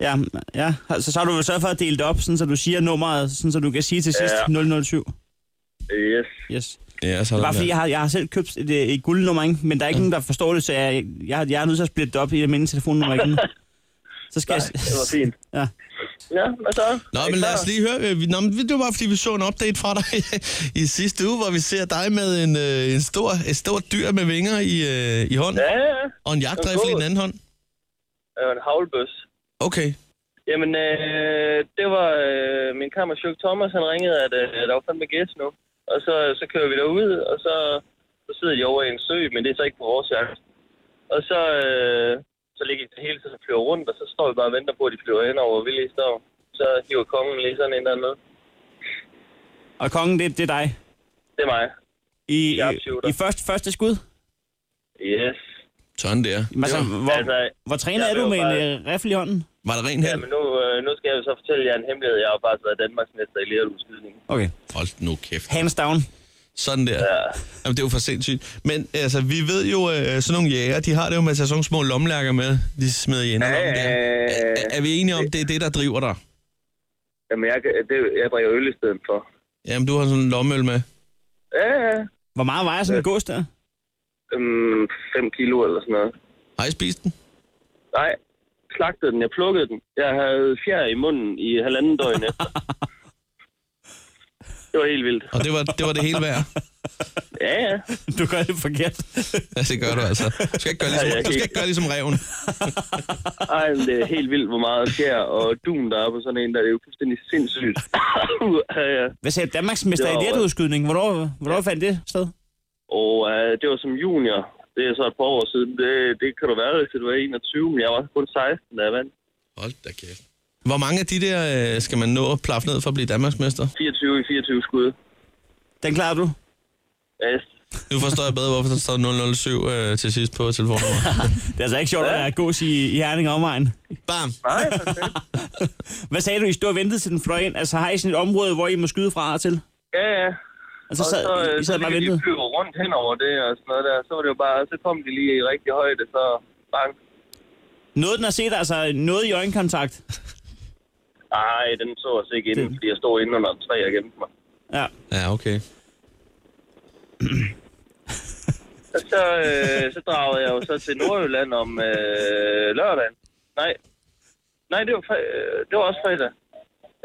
Ja, ja. Altså, så har du vel sørget for at dele det op, sådan, så du siger nummeret, sådan, så du kan sige til sidst ja. 007. Yes. Yes. Ja, Mm. Så sådan Bare fordi jeg har, jeg har selv købt et, øh, et guldnummer, ikke? men der er ikke nogen, der forstår det, så jeg, jeg, jeg er nødt til at splitte det op i det mindre telefonnummer igen. Så skal jeg... det var fint. Ja. Ja, hvad så? Nå, Er I men lad klar? os lige høre. øh, vi- Nå, men det var bare, fordi vi så en update fra dig i sidste uge, hvor vi ser dig med en, øh, en stor, et stort dyr med vinger i, øh, i hånden. Ja, ja. Og en jagtrifle i den anden hånd. Øh, en havlbøs. Okay. Jamen, øh, det var øh, min kammer Chuck Thomas, han ringede, at øh, der var fandme gæst nu. Og så, så kører vi derud, og så, så sidder de over i en sø, men det er så ikke på vores jagt. Og så, øh, så ligger de hele tiden og flyver rundt, og så står vi bare og venter på, at de flyver hen over, hvor vi lige står. Så hiver kongen lige sådan en dernede. Og kongen, det, det er dig. Det er mig. I, Jeg er i, shooter. i første, første skud? Yes. Sådan der. Jamen, altså, hvor, Altså, hvor trænet jeg er du vil med jo bare- en øh, rifle i hånden? Var det ren Ja, men nu, øh, nu skal jeg jo så fortælle jer en hemmelighed. Jeg har jo faktisk været Danmarksmester i lærerudskydning. Okay. Hold nu kæft. Hands down. Sådan der. Ja. Jamen, det er jo for sindssygt. Men altså, vi ved jo, øh, sådan nogle jæger, de har det jo med at tage sådan nogle små lomlærker med, de smider i enden. Ja, ja, Er, er vi enige om, det er det, der driver dig? Jamen, jeg, kan- det, jeg drikker øl i stedet for. Jamen, du har sådan en lommeøl med. Ja, ja. Hvor meget vejer sådan en gås der? Øhm, 5 kilo eller sådan noget. Har I spist den? Nej, slagtede den. Jeg plukkede den. Jeg havde fjer i munden i halvanden døgn efter. Det var helt vildt. Og det var det, var det hele værd. Ja, ja. Du gør det forkert. Ja, det gør du altså. Du skal ikke gøre Ja, ligesom, jeg du skal kan- ikke gøre ligesom reven. Ej, men det er helt vildt, hvor meget fjer og dun der er på sådan en, der det er jo fuldstændig sindssygt. ja, ja. Hvad sagde du? Danmarksmester i Det var- lærerudskydning? Hvornår, hvornår fandt det sted? Og øh, det var som junior. Det er så et par år siden. Det, det kan du være, til du var 21, men jeg var kun 16, da jeg vandt. Hold da kæft. Hvor mange af de der øh, skal man nå at plaffe ned for at blive Danmarksmester? 24 i 24 skud. Den klarer du. Yes. Nu forstår jeg bedre, hvorfor der står 007 øh, til sidst på telefonnummeret. Det er altså ikke sjovt at være gås i, i Herning og omegn. Bam! Nej, Hvad sagde du, I stod og ventede til den fløj ind? Altså har I sådan et område, hvor I må skyde fra og til? Ja, ja. Og så sad- øh, I sad bare og lige ventede? de flyver rundt hen over det og sådan noget der. Så var det jo bare, så kom de lige i rigtig højde, så bang. Noget den har set, altså noget i øjenkontakt. Nej, den så os ikke inden, fordi jeg stod inde under et træ og gemte mig. Ja. Ja, okay. Og så, øh, så dragede jeg jo så til Nordjylland om øh, lørdagen. Nej, nej det, var fre- øh, det var også fredag.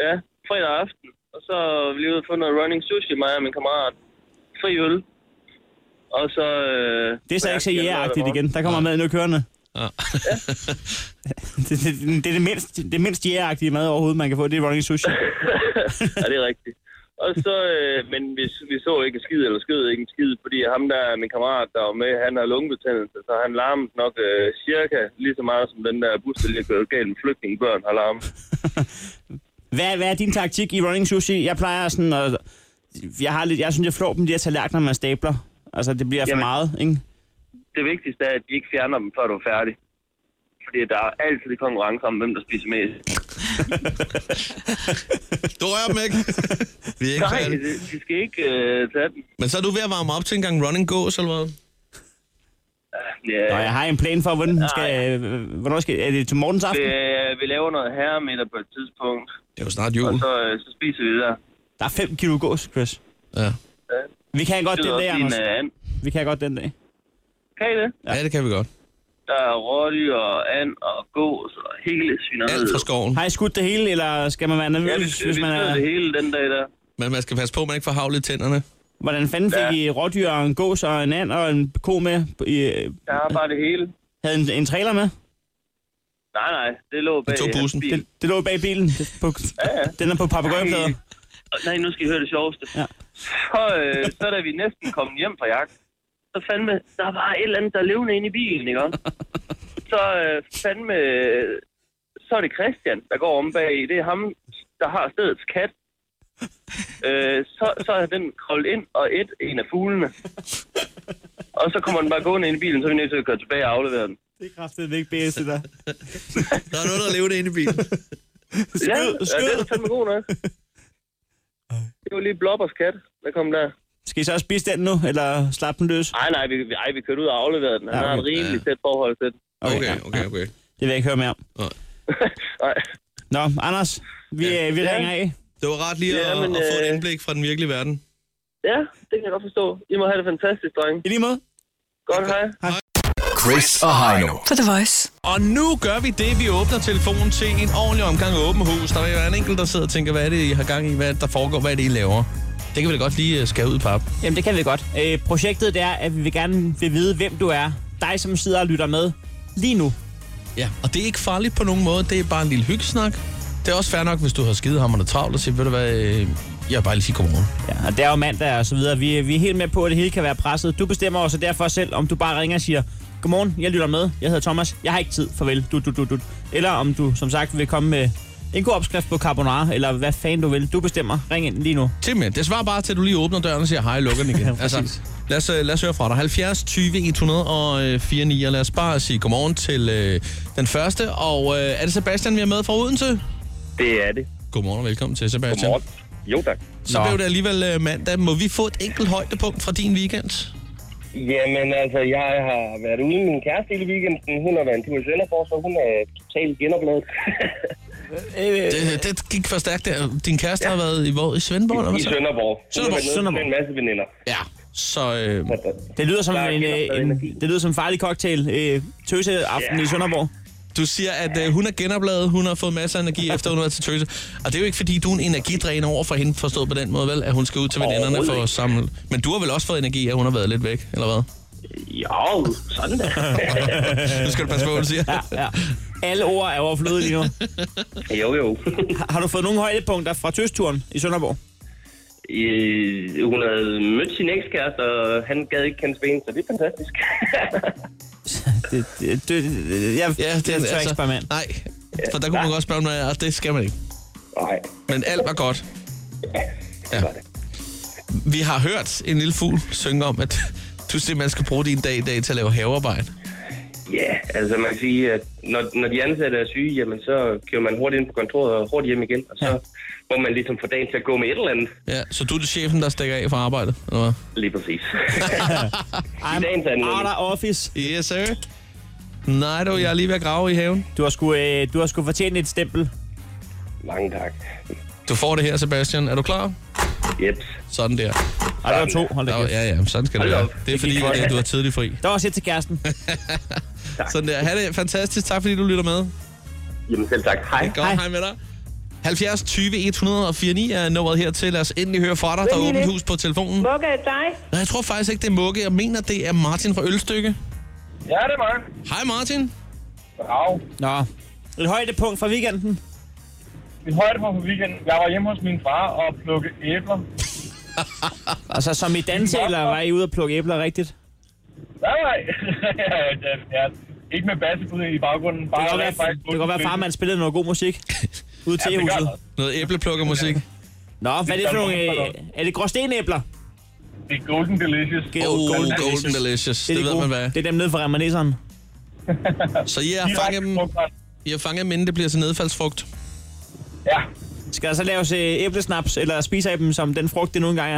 Ja, fredag aften. Og så var vi lige ude og få noget running sushi, mig og min kammerat. Fri øl. Og så... Øh, Det er så ikke så ja jægeragtigt igen. Der kommer mad nu kørende. Ja. det, det, det, er det mindst, det mindst jægeragtige mad overhovedet, man kan få. Det er running sushi. ja, det er rigtigt. Og så, øh, men vi, vi så ikke en skid, eller skød ikke en skid, fordi ham der, min kammerat, der var med, han har lungebetændelse, så han larmede nok øh, cirka lige så meget, som den der bus, der lige er gået galt med flygtningebørn har larmet. Hvad, hvad er din taktik i running sushi? Jeg plejer sådan at... Jeg, har lidt, jeg synes, jeg flår dem de her tallerkener, man stabler. Altså, det bliver for Jamen. meget, ikke? Det vigtigste er, at de ikke fjerner dem, før du er færdig. Fordi der er altid konkurrence om, hvem der spiser mest. Du rører dem ikke. Vi er ikke Nej, færdige. de, de skal ikke øh, tage den. Men så er du ved at varme op til en gang running gås, eller hvad? Ja, Nå, jeg har en plan for, hvordan den skal, øh, hvornår skal... Er det til morgens aften? vi, øh, vi laver noget herremiddag på et tidspunkt. Det er jo snart jul. Og så, øh, så spiser vi der. Der er 5 kilo gås, Chris. Ja. Vi kan godt Det den lyder dag, også Anders. fint, øh, and. Vi kan godt den dag. Kan I det? Ja, det kan vi godt. Der er rådyr og and og gås og hele svineriet. Alt fra skoven. Har I skudt det hele, eller skal man være nervøs, Ja, vi, vi, hvis vi man er... er... det hele den dag der. Men man skal passe på, at man ikke får havl i tænderne. Hvordan fanden fik Ja. ja. I rådyr og en gås og en and og en ko med? på- I, øh, Der er bare det hele. havde en, en trailer med? Nej, nej, det lå bag hans bil. Det, det lå bag bilen. Det, på, ja. Den er på papagøjeplader. Ej. Og Nej, nu skal I høre det sjoveste. Ja. Så, øh, så da vi næsten kom hjem fra jagt, så fandme, der var et eller andet, der levende inde i bilen, ikke også? Så øh, fandme, øh, så er det Christian, der går om bag i. Det er ham, der har stedets kat. Øh, så, så er den kravlet ind og et en af fuglene. Og så kommer den bare gående ind i bilen, så er vi nødt til at køre tilbage og aflevere den. Det er kraftedet ikke BS, det der. Der er noget, der lever det inde i bilen. Ja, ja, den er fandme god nok. Det var lige Blobbers kat, der kom der. Skal I så også spise den nu, eller slappe den løs? Nej, nej, vi, vi- ej, vi kørte ud og afleverede den. Han Ja, har en okay. rimelig tæt forhold til den. Okay, okay, okay. Det vil jeg ikke høre mere om. Nej. Nå, Anders, vi, øh, vi ringer af. Det var rart lige at, Ja, men, at få et øh, indblik fra den virkelige verden. Ja, det kan jeg godt forstå. I må have det fantastisk, drenge. I lige måde. Godt, hej. hej. Chris og Heino. For The Voice. Og nu gør vi det, vi åbner telefonen til en ordentlig omgang af åben hus. Der vil være en enkelt, der sidder og tænker, hvad er det, I har gang i? Hvad er det, der foregår? Hvad er det, I laver? Det kan vi da godt lige øh, skære ud i pap. Jamen, det kan vi godt. Øh, projektet det er, at vi vil gerne vil vide, hvem du er. Dig, som sidder og lytter med lige nu. Ja, og det er ikke farligt på nogen måde. Det er bare en lille hyggesnak. Det er også fair nok, hvis du har skidehammerne travlt og siger, ved du hvad, øh, jeg vil bare lige sige godmorgen. Ja, og det er jo mandag og så videre. Vi, vi er helt med på, at det hele kan være presset. Du bestemmer også derfor selv, om du bare ringer og siger, Godmorgen, jeg lytter med. Jeg hedder Thomas. Jeg har ikke tid. Farvel. Du, du, du, du. Eller om du, som sagt, vil komme med en god opskrift på carbonara, eller hvad fanden du vil. Du bestemmer. Ring ind lige nu. Simpelthen. Det svarer bare til, at du lige åbner døren og siger hej og lukker den igen. Ja, præcis. altså, lad, os, øh, lad os høre fra dig. 70 20 104 9. Lad os bare sige godmorgen til øh, den første. Og øh, er det Sebastian, vi er med fra Odense? Det er det. Godmorgen og velkommen til, Sebastian. Godmorgen. Jo, tak. Så Nå. blev det alligevel øh, mandag. Må vi få et enkelt højdepunkt fra din weekend? Jamen altså, jeg har været ude med min kæreste hele weekenden. Hun har været en tur i Sønderborg, så hun er totalt genopladet. Det, det gik for stærkt der. Din kæreste ja. har været i, hvor, i Svendborg? eller hvad I så? Sønderborg. Hun har været nede Sønderborg. med en masse veninder. Ja. Så øh, Det lyder som Der er en, genopdaget øh, en, det lyder som en farlig cocktail. Øh, tøse aften Ja. i Sønderborg. du siger, at øh, hun er genopladet, hun har fået masser af energi efter hun har været til tøse. Og det er jo ikke, fordi du er en energidræner over for hende, forstået på den måde, vel? At hun skal ud til veninderne for at samle... Men du har vel også fået energi, at hun har været lidt væk, eller hvad? Jo, sådan da. Nu skal du passe på, hvad du siger. Ja. Alle ord er overflødige lige nu. Jo, jo. Har- Har du fået nogle højdepunkter fra tøsturen i Sønderborg? Øh, hun havde mødt sin ekskæreste, og han gad ikke hans ben, så det er fantastisk. Det, det, det, det, jeg, Ja, det, det, det er altså, eksperiment. Nej, for der kunne man godt spørge, men det skal man ikke. Nej. Men alt var godt. Ja, det Vi har hørt en lille fugl synge om, at du simpelthen skal bruge din dag i dag til at lave havearbejde. Ja, altså man kan sige, at når, når de ansatte er syge, jamen så kører man hurtigt ind på kontoret og hurtigt hjem igen, og så ja. må man ligesom få dagen til at gå med et eller andet. Ja, så du er chefen, der stikker af fra arbejdet, eller hvad? Lige præcis. I'm out of office. Yes, sir. Nej, du, jeg er lige ved at grave i haven. Du har sgu, øh, du har sgu fortjent et stempel. Mange tak. Du får det her, Sebastian. Er du klar? Yep. Sådan der. Ej, der var to. Hold da Ja, kæft. ja, ja, sådan skal det Hold være. op. Det er Det fordi, gik godt. at du er tidlig fri. Der var også et til kæresten. Sådan der. Ha' det fantastisk. Tak fordi du lytter med. Jamen selv tak. Hej. Godt, hej, hej med dig. 70 20 104 9 er nummeret hertil. Lad os endelig høre fra dig. Der er Ring åbent lidt. hus på telefonen. Mukke er dig. Nej, jeg tror faktisk ikke, det er Mugge. Jeg mener, det er Martin fra Ølstykke. Ja, det er mig. Hej Martin. Brav. Nå. Et højdepunkt fra weekenden. Mit højdepunkt på weekenden, jeg var hjemme hos min far og plukkede æbler. Altså, som i danse, eller var I ude at plukke æbler rigtigt? Nej, nej. ja, ikke med bassebud i baggrunden. Det Bare kan godt være, det kan godt være far, man spillede noget god musik. Ude til Ja, det gør huset. der. Noget æbleplukkermusik. Nå, hvad er det for nogle... Øh, er det gråstenæbler? Det er Golden Delicious. Oh, golden, golden delicious. Det, de det ved gode. man hvad. er. Det er dem nede fra remaneseren. Så I har fanget dem, I har fanget dem, inden det bliver til nedfaldsfrugt. Ja. Skal der så laves øh, æblesnaps, eller spiser I dem som den frugt, det nogle gange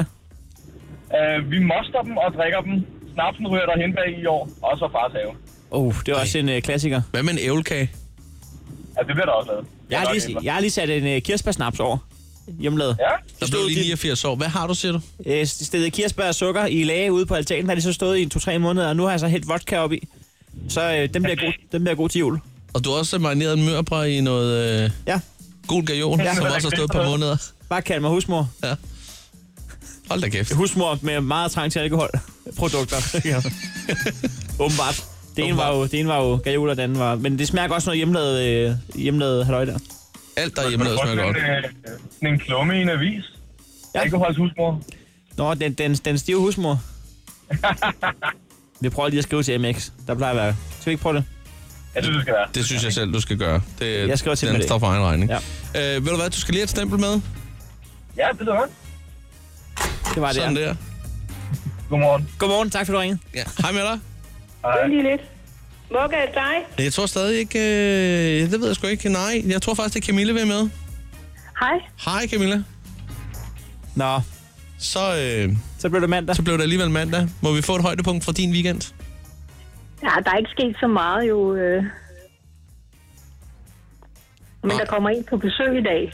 er? Øh, vi moster dem og drikker dem. Snapsen ryger der hen bag i år, og så fars have. Oh, det er også en øh, klassiker. Hvad med en ævlekage? Ja, det bliver der også lavet. Jeg har lige, jeg har lige sat en øh, kirsebærsnaps over. Hjemmelavet. Ja. Der blev lige 89 år. Hvad har du, siger du? Øh, stedet kirsebær og sukker i lage ude på altanen. Har de så stået i to-tre måneder, og nu har jeg så hældt vodka op i. Så øh, den, bliver god, den bliver god til jul. Og du har også marineret en mørbræ i noget... Øh, ja. Gul gajon, ja. som også har stået et par måneder. Bare kald mig husmor. Ja. Hold da kæft. Husmor med meget trang til alkoholprodukter. ja. Åbenbart. Det ene, var jo, det ene var jo gajol, og det andet var... Men det smager godt sådan noget hjemmelavet, øh, hjemmelavet halløj der. Alt, der er hjemmelavet, smager godt. Øh, sådan en klumme i en avis. Ja. Alkohols husmor. Nå, den, den, den stive husmor. Vi prøver lige at skrive til MX. Der plejer at være. Skal vi ikke prøve det? Jeg synes, det skal være. Det synes jeg selv, du skal gøre. Det, Jeg skriver til den dem i dag. står for egen regning. Ja. Øh, ved du hvad, du skal lige have et stempel med. Ja, det er godt. Det var det. Sådan ja. der. Godmorgen. Godmorgen, tak for at du ringede. Ja. Hej med dig. Hej. Lige lidt. Mugga er det dig. Jeg tror stadig ikke... Øh, det ved jeg sgu ikke. Nej, jeg tror faktisk, det er Camille, vi er med. Hej. Hej Camilla. Nå. Så, øh, så blev det mandag. Så blev det alligevel mandag. Må vi få et højdepunkt fra din weekend? Ja, der er ikke sket så meget jo. Øh. Men der kommer en på besøg i dag.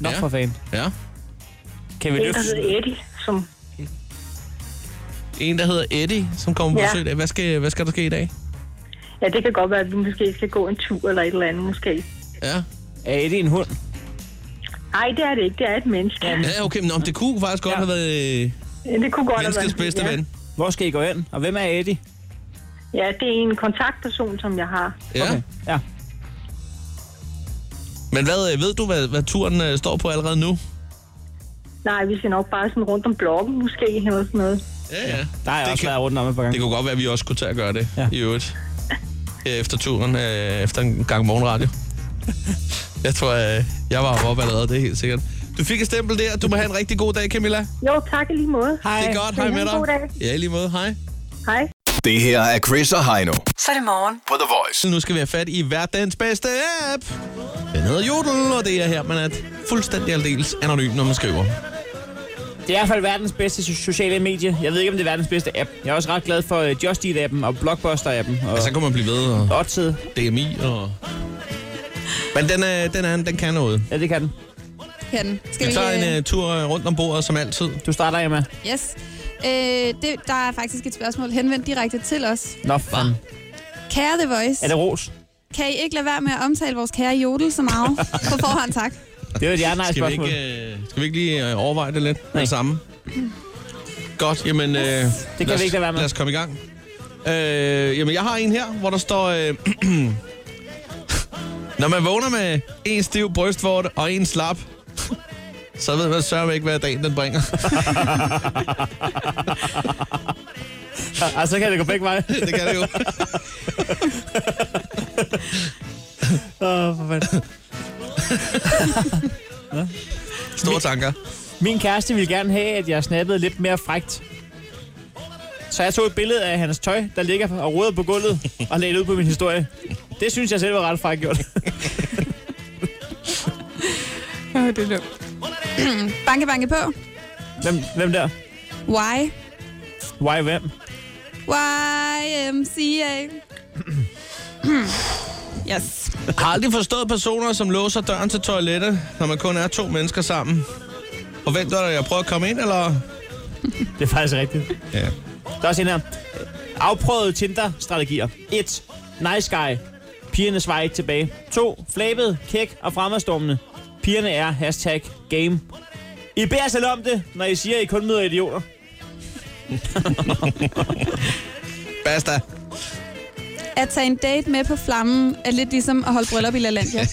Nå ja. for fanden. Ja. Kan vi En, der altså- løfte? hedder Eddie, som... En, der hedder Eddie, som kommer på Ja. besøg i dag. Hvad skal, hvad skal der ske i dag? Ja, det kan godt være, at vi måske skal gå en tur eller et eller andet måske. Ja. Er Eddie en hund? Nej, det er det ikke. Det er et menneske. Ja, okay, men om det kunne faktisk godt ja. have været øh, Ja, det kunne godt have menneskets været- bedste ja. ja. ven. Hvor skal I gå ind? Og hvem er Eddie? Ja, det er en kontaktperson, som jeg har. Ja. Okay. ja. Men hvad, øh, ved du, hvad, hvad turen øh, står på allerede nu? Nej, vi skal nok bare sådan rundt om blokken måske, eller sådan noget. Ja, ja. Der har jeg det også kan, været rundt om et par gange. Det kunne godt være, at vi også kunne tage at gøre det ja. i øvrigt. Her efter turen, øh, efter en gang morgenradio. jeg tror, øh, jeg var oppe allerede, det er helt sikkert. Du fik et stempel der. Du må have en rigtig god dag, Camilla. Jo, tak i lige måde. Hej. Det er godt. Hej med dig. Ja, i lige måde. Hej. Hej. Det her er Chris og Heino. Så er det morgen. På The Voice. Nu skal vi have fat i hverdagens bedste app. Den hedder Jodel, og det er her, man er fuldstændig aldeles anonym, når man skriver. Det er i hvert fald verdens bedste so- sociale medie. Jeg ved ikke, om det er verdens bedste app. Jeg er også ret glad for øh, Just Eat-appen og Blockbuster-appen. Og Og så kunne man blive ved, og Oddset. DMI, og... Men den, er, den, er, den kan noget. Ja, det kan den. Kan den. Vi tager øh, en uh, tur øh, rundt om bordet, som altid. Du starter, Emma. Yes. Øh, det, der er faktisk et spørgsmål henvendt direkte til os. Nå, fanden. Kære The Voice, Er det ros? kan I ikke lade være med at omtale vores kære Jodel så meget? På forhånd, tak. Det er jo et ja-nej Skal vi, spørgsmål. ikke, øh, skal vi ikke lige øh, overveje det lidt med det samme? Godt, jamen... Øh, det kan vi ikke lade være med. Lad os komme i gang. Øh, jamen, jeg har en her, hvor der står... Øh, Når man vågner med en stiv brystvorte og en slap, så ved man sørme ikke, hvad dagen den bringer. øh- Og Ah, så kan det gå begge veje. det kan det jo. Åh, oh, for fanden. Store tanker. Min kæreste ville gerne have, at jeg snappede lidt mere frægt. Så jeg tog et billede af hans tøj, der ligger og roder på gulvet, og lagde det ud på min historie. Det synes jeg selv var ret frækt gjort. det er banke, banke på. Hvem, hvem der? Why? Why hvem? YMCA. yes. Har aldrig forstået personer, som låser døren til toilettet, når man kun er to mennesker sammen. Forventer du, at jeg prøver at komme ind, eller? Det er faktisk rigtigt. Ja. Der er også en her. Afprøvede Tinder-strategier. 1. Nice guy. Pigernes vej tilbage. 2. Flabet, kæk og fremadstormende. Pigerne er hashtag game. I beder selv om det, når I siger, at I kun møder idioter. Basta. At tage en date med på flammen er lidt ligesom at holde bryllup i LaLandia.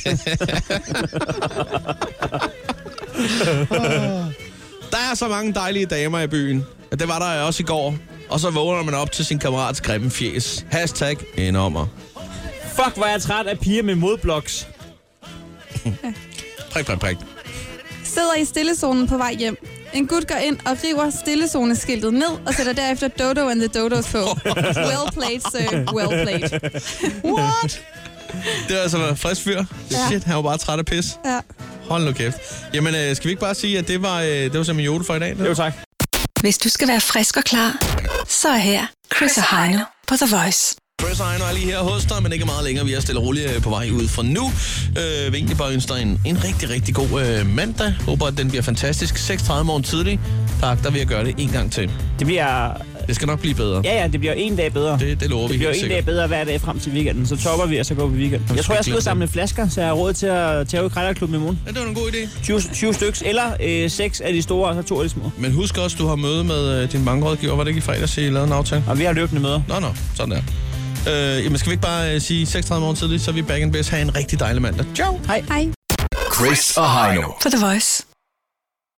Der er så mange dejlige damer i byen. Ja, det var der også i går. Og så vågner man op til sin kammerats grimme fjes. Hashtag enormer. Fuck, hvor er jeg træt af piger med modbloks. Prik, prik, prik. Sidder i stillezonen på vej hjem. En gut går ind og river stillezoneskiltet ned og sætter derefter Dodo and the Dodos på. Well played, sir. Well played. What? Det er altså en frisk fyr. Ja. Shit, han var bare træt af pis. Ja. Hold nu kæft. Jamen, øh, skal vi ikke bare sige, at det var, øh, det var simpelthen jule for i dag? Jo, tak. Hvis du skal være frisk og klar, så er her Chris og Heino på The Voice. Chris og Heino er lige her hos dig, men ikke meget længere. Vi er stille og roligt øh, på vej ud fra nu. Øh, vi egentlig bare ønsker dig en, en rigtig, rigtig god øh, mandag. Håber, at den bliver fantastisk. 6.30 morgen tidlig. Tak, der vil jeg gøre det en gang til. Det bliver... Det skal nok blive bedre. Ja, ja, det bliver en dag bedre. Det, det lover Det vi bliver en helt sikkert. dag bedre hver dag frem til weekenden. Så topper vi, og så går vi weekend. Jeg tror, jeg skal ud og samle flasker, så jeg har råd til at tage ud i Krejlerklubben i morgen. Ja, det var en god idé. 20, 20 styks, eller øh, 6 af de store, og så to af de små. Men husk også, du har møde med øh, din bankrådgiver. Var det ikke i fredags, I lavede en aftale? Og vi har løbende møder. Nå, nå. Sådan der. Øh, jamen, skal vi ikke bare øh, sige 6.30 morgen tidligt, så er vi back in base. Ha' en rigtig dejlig mandag. Ciao. Hej. Hej. Chris og Heino. På The Voice.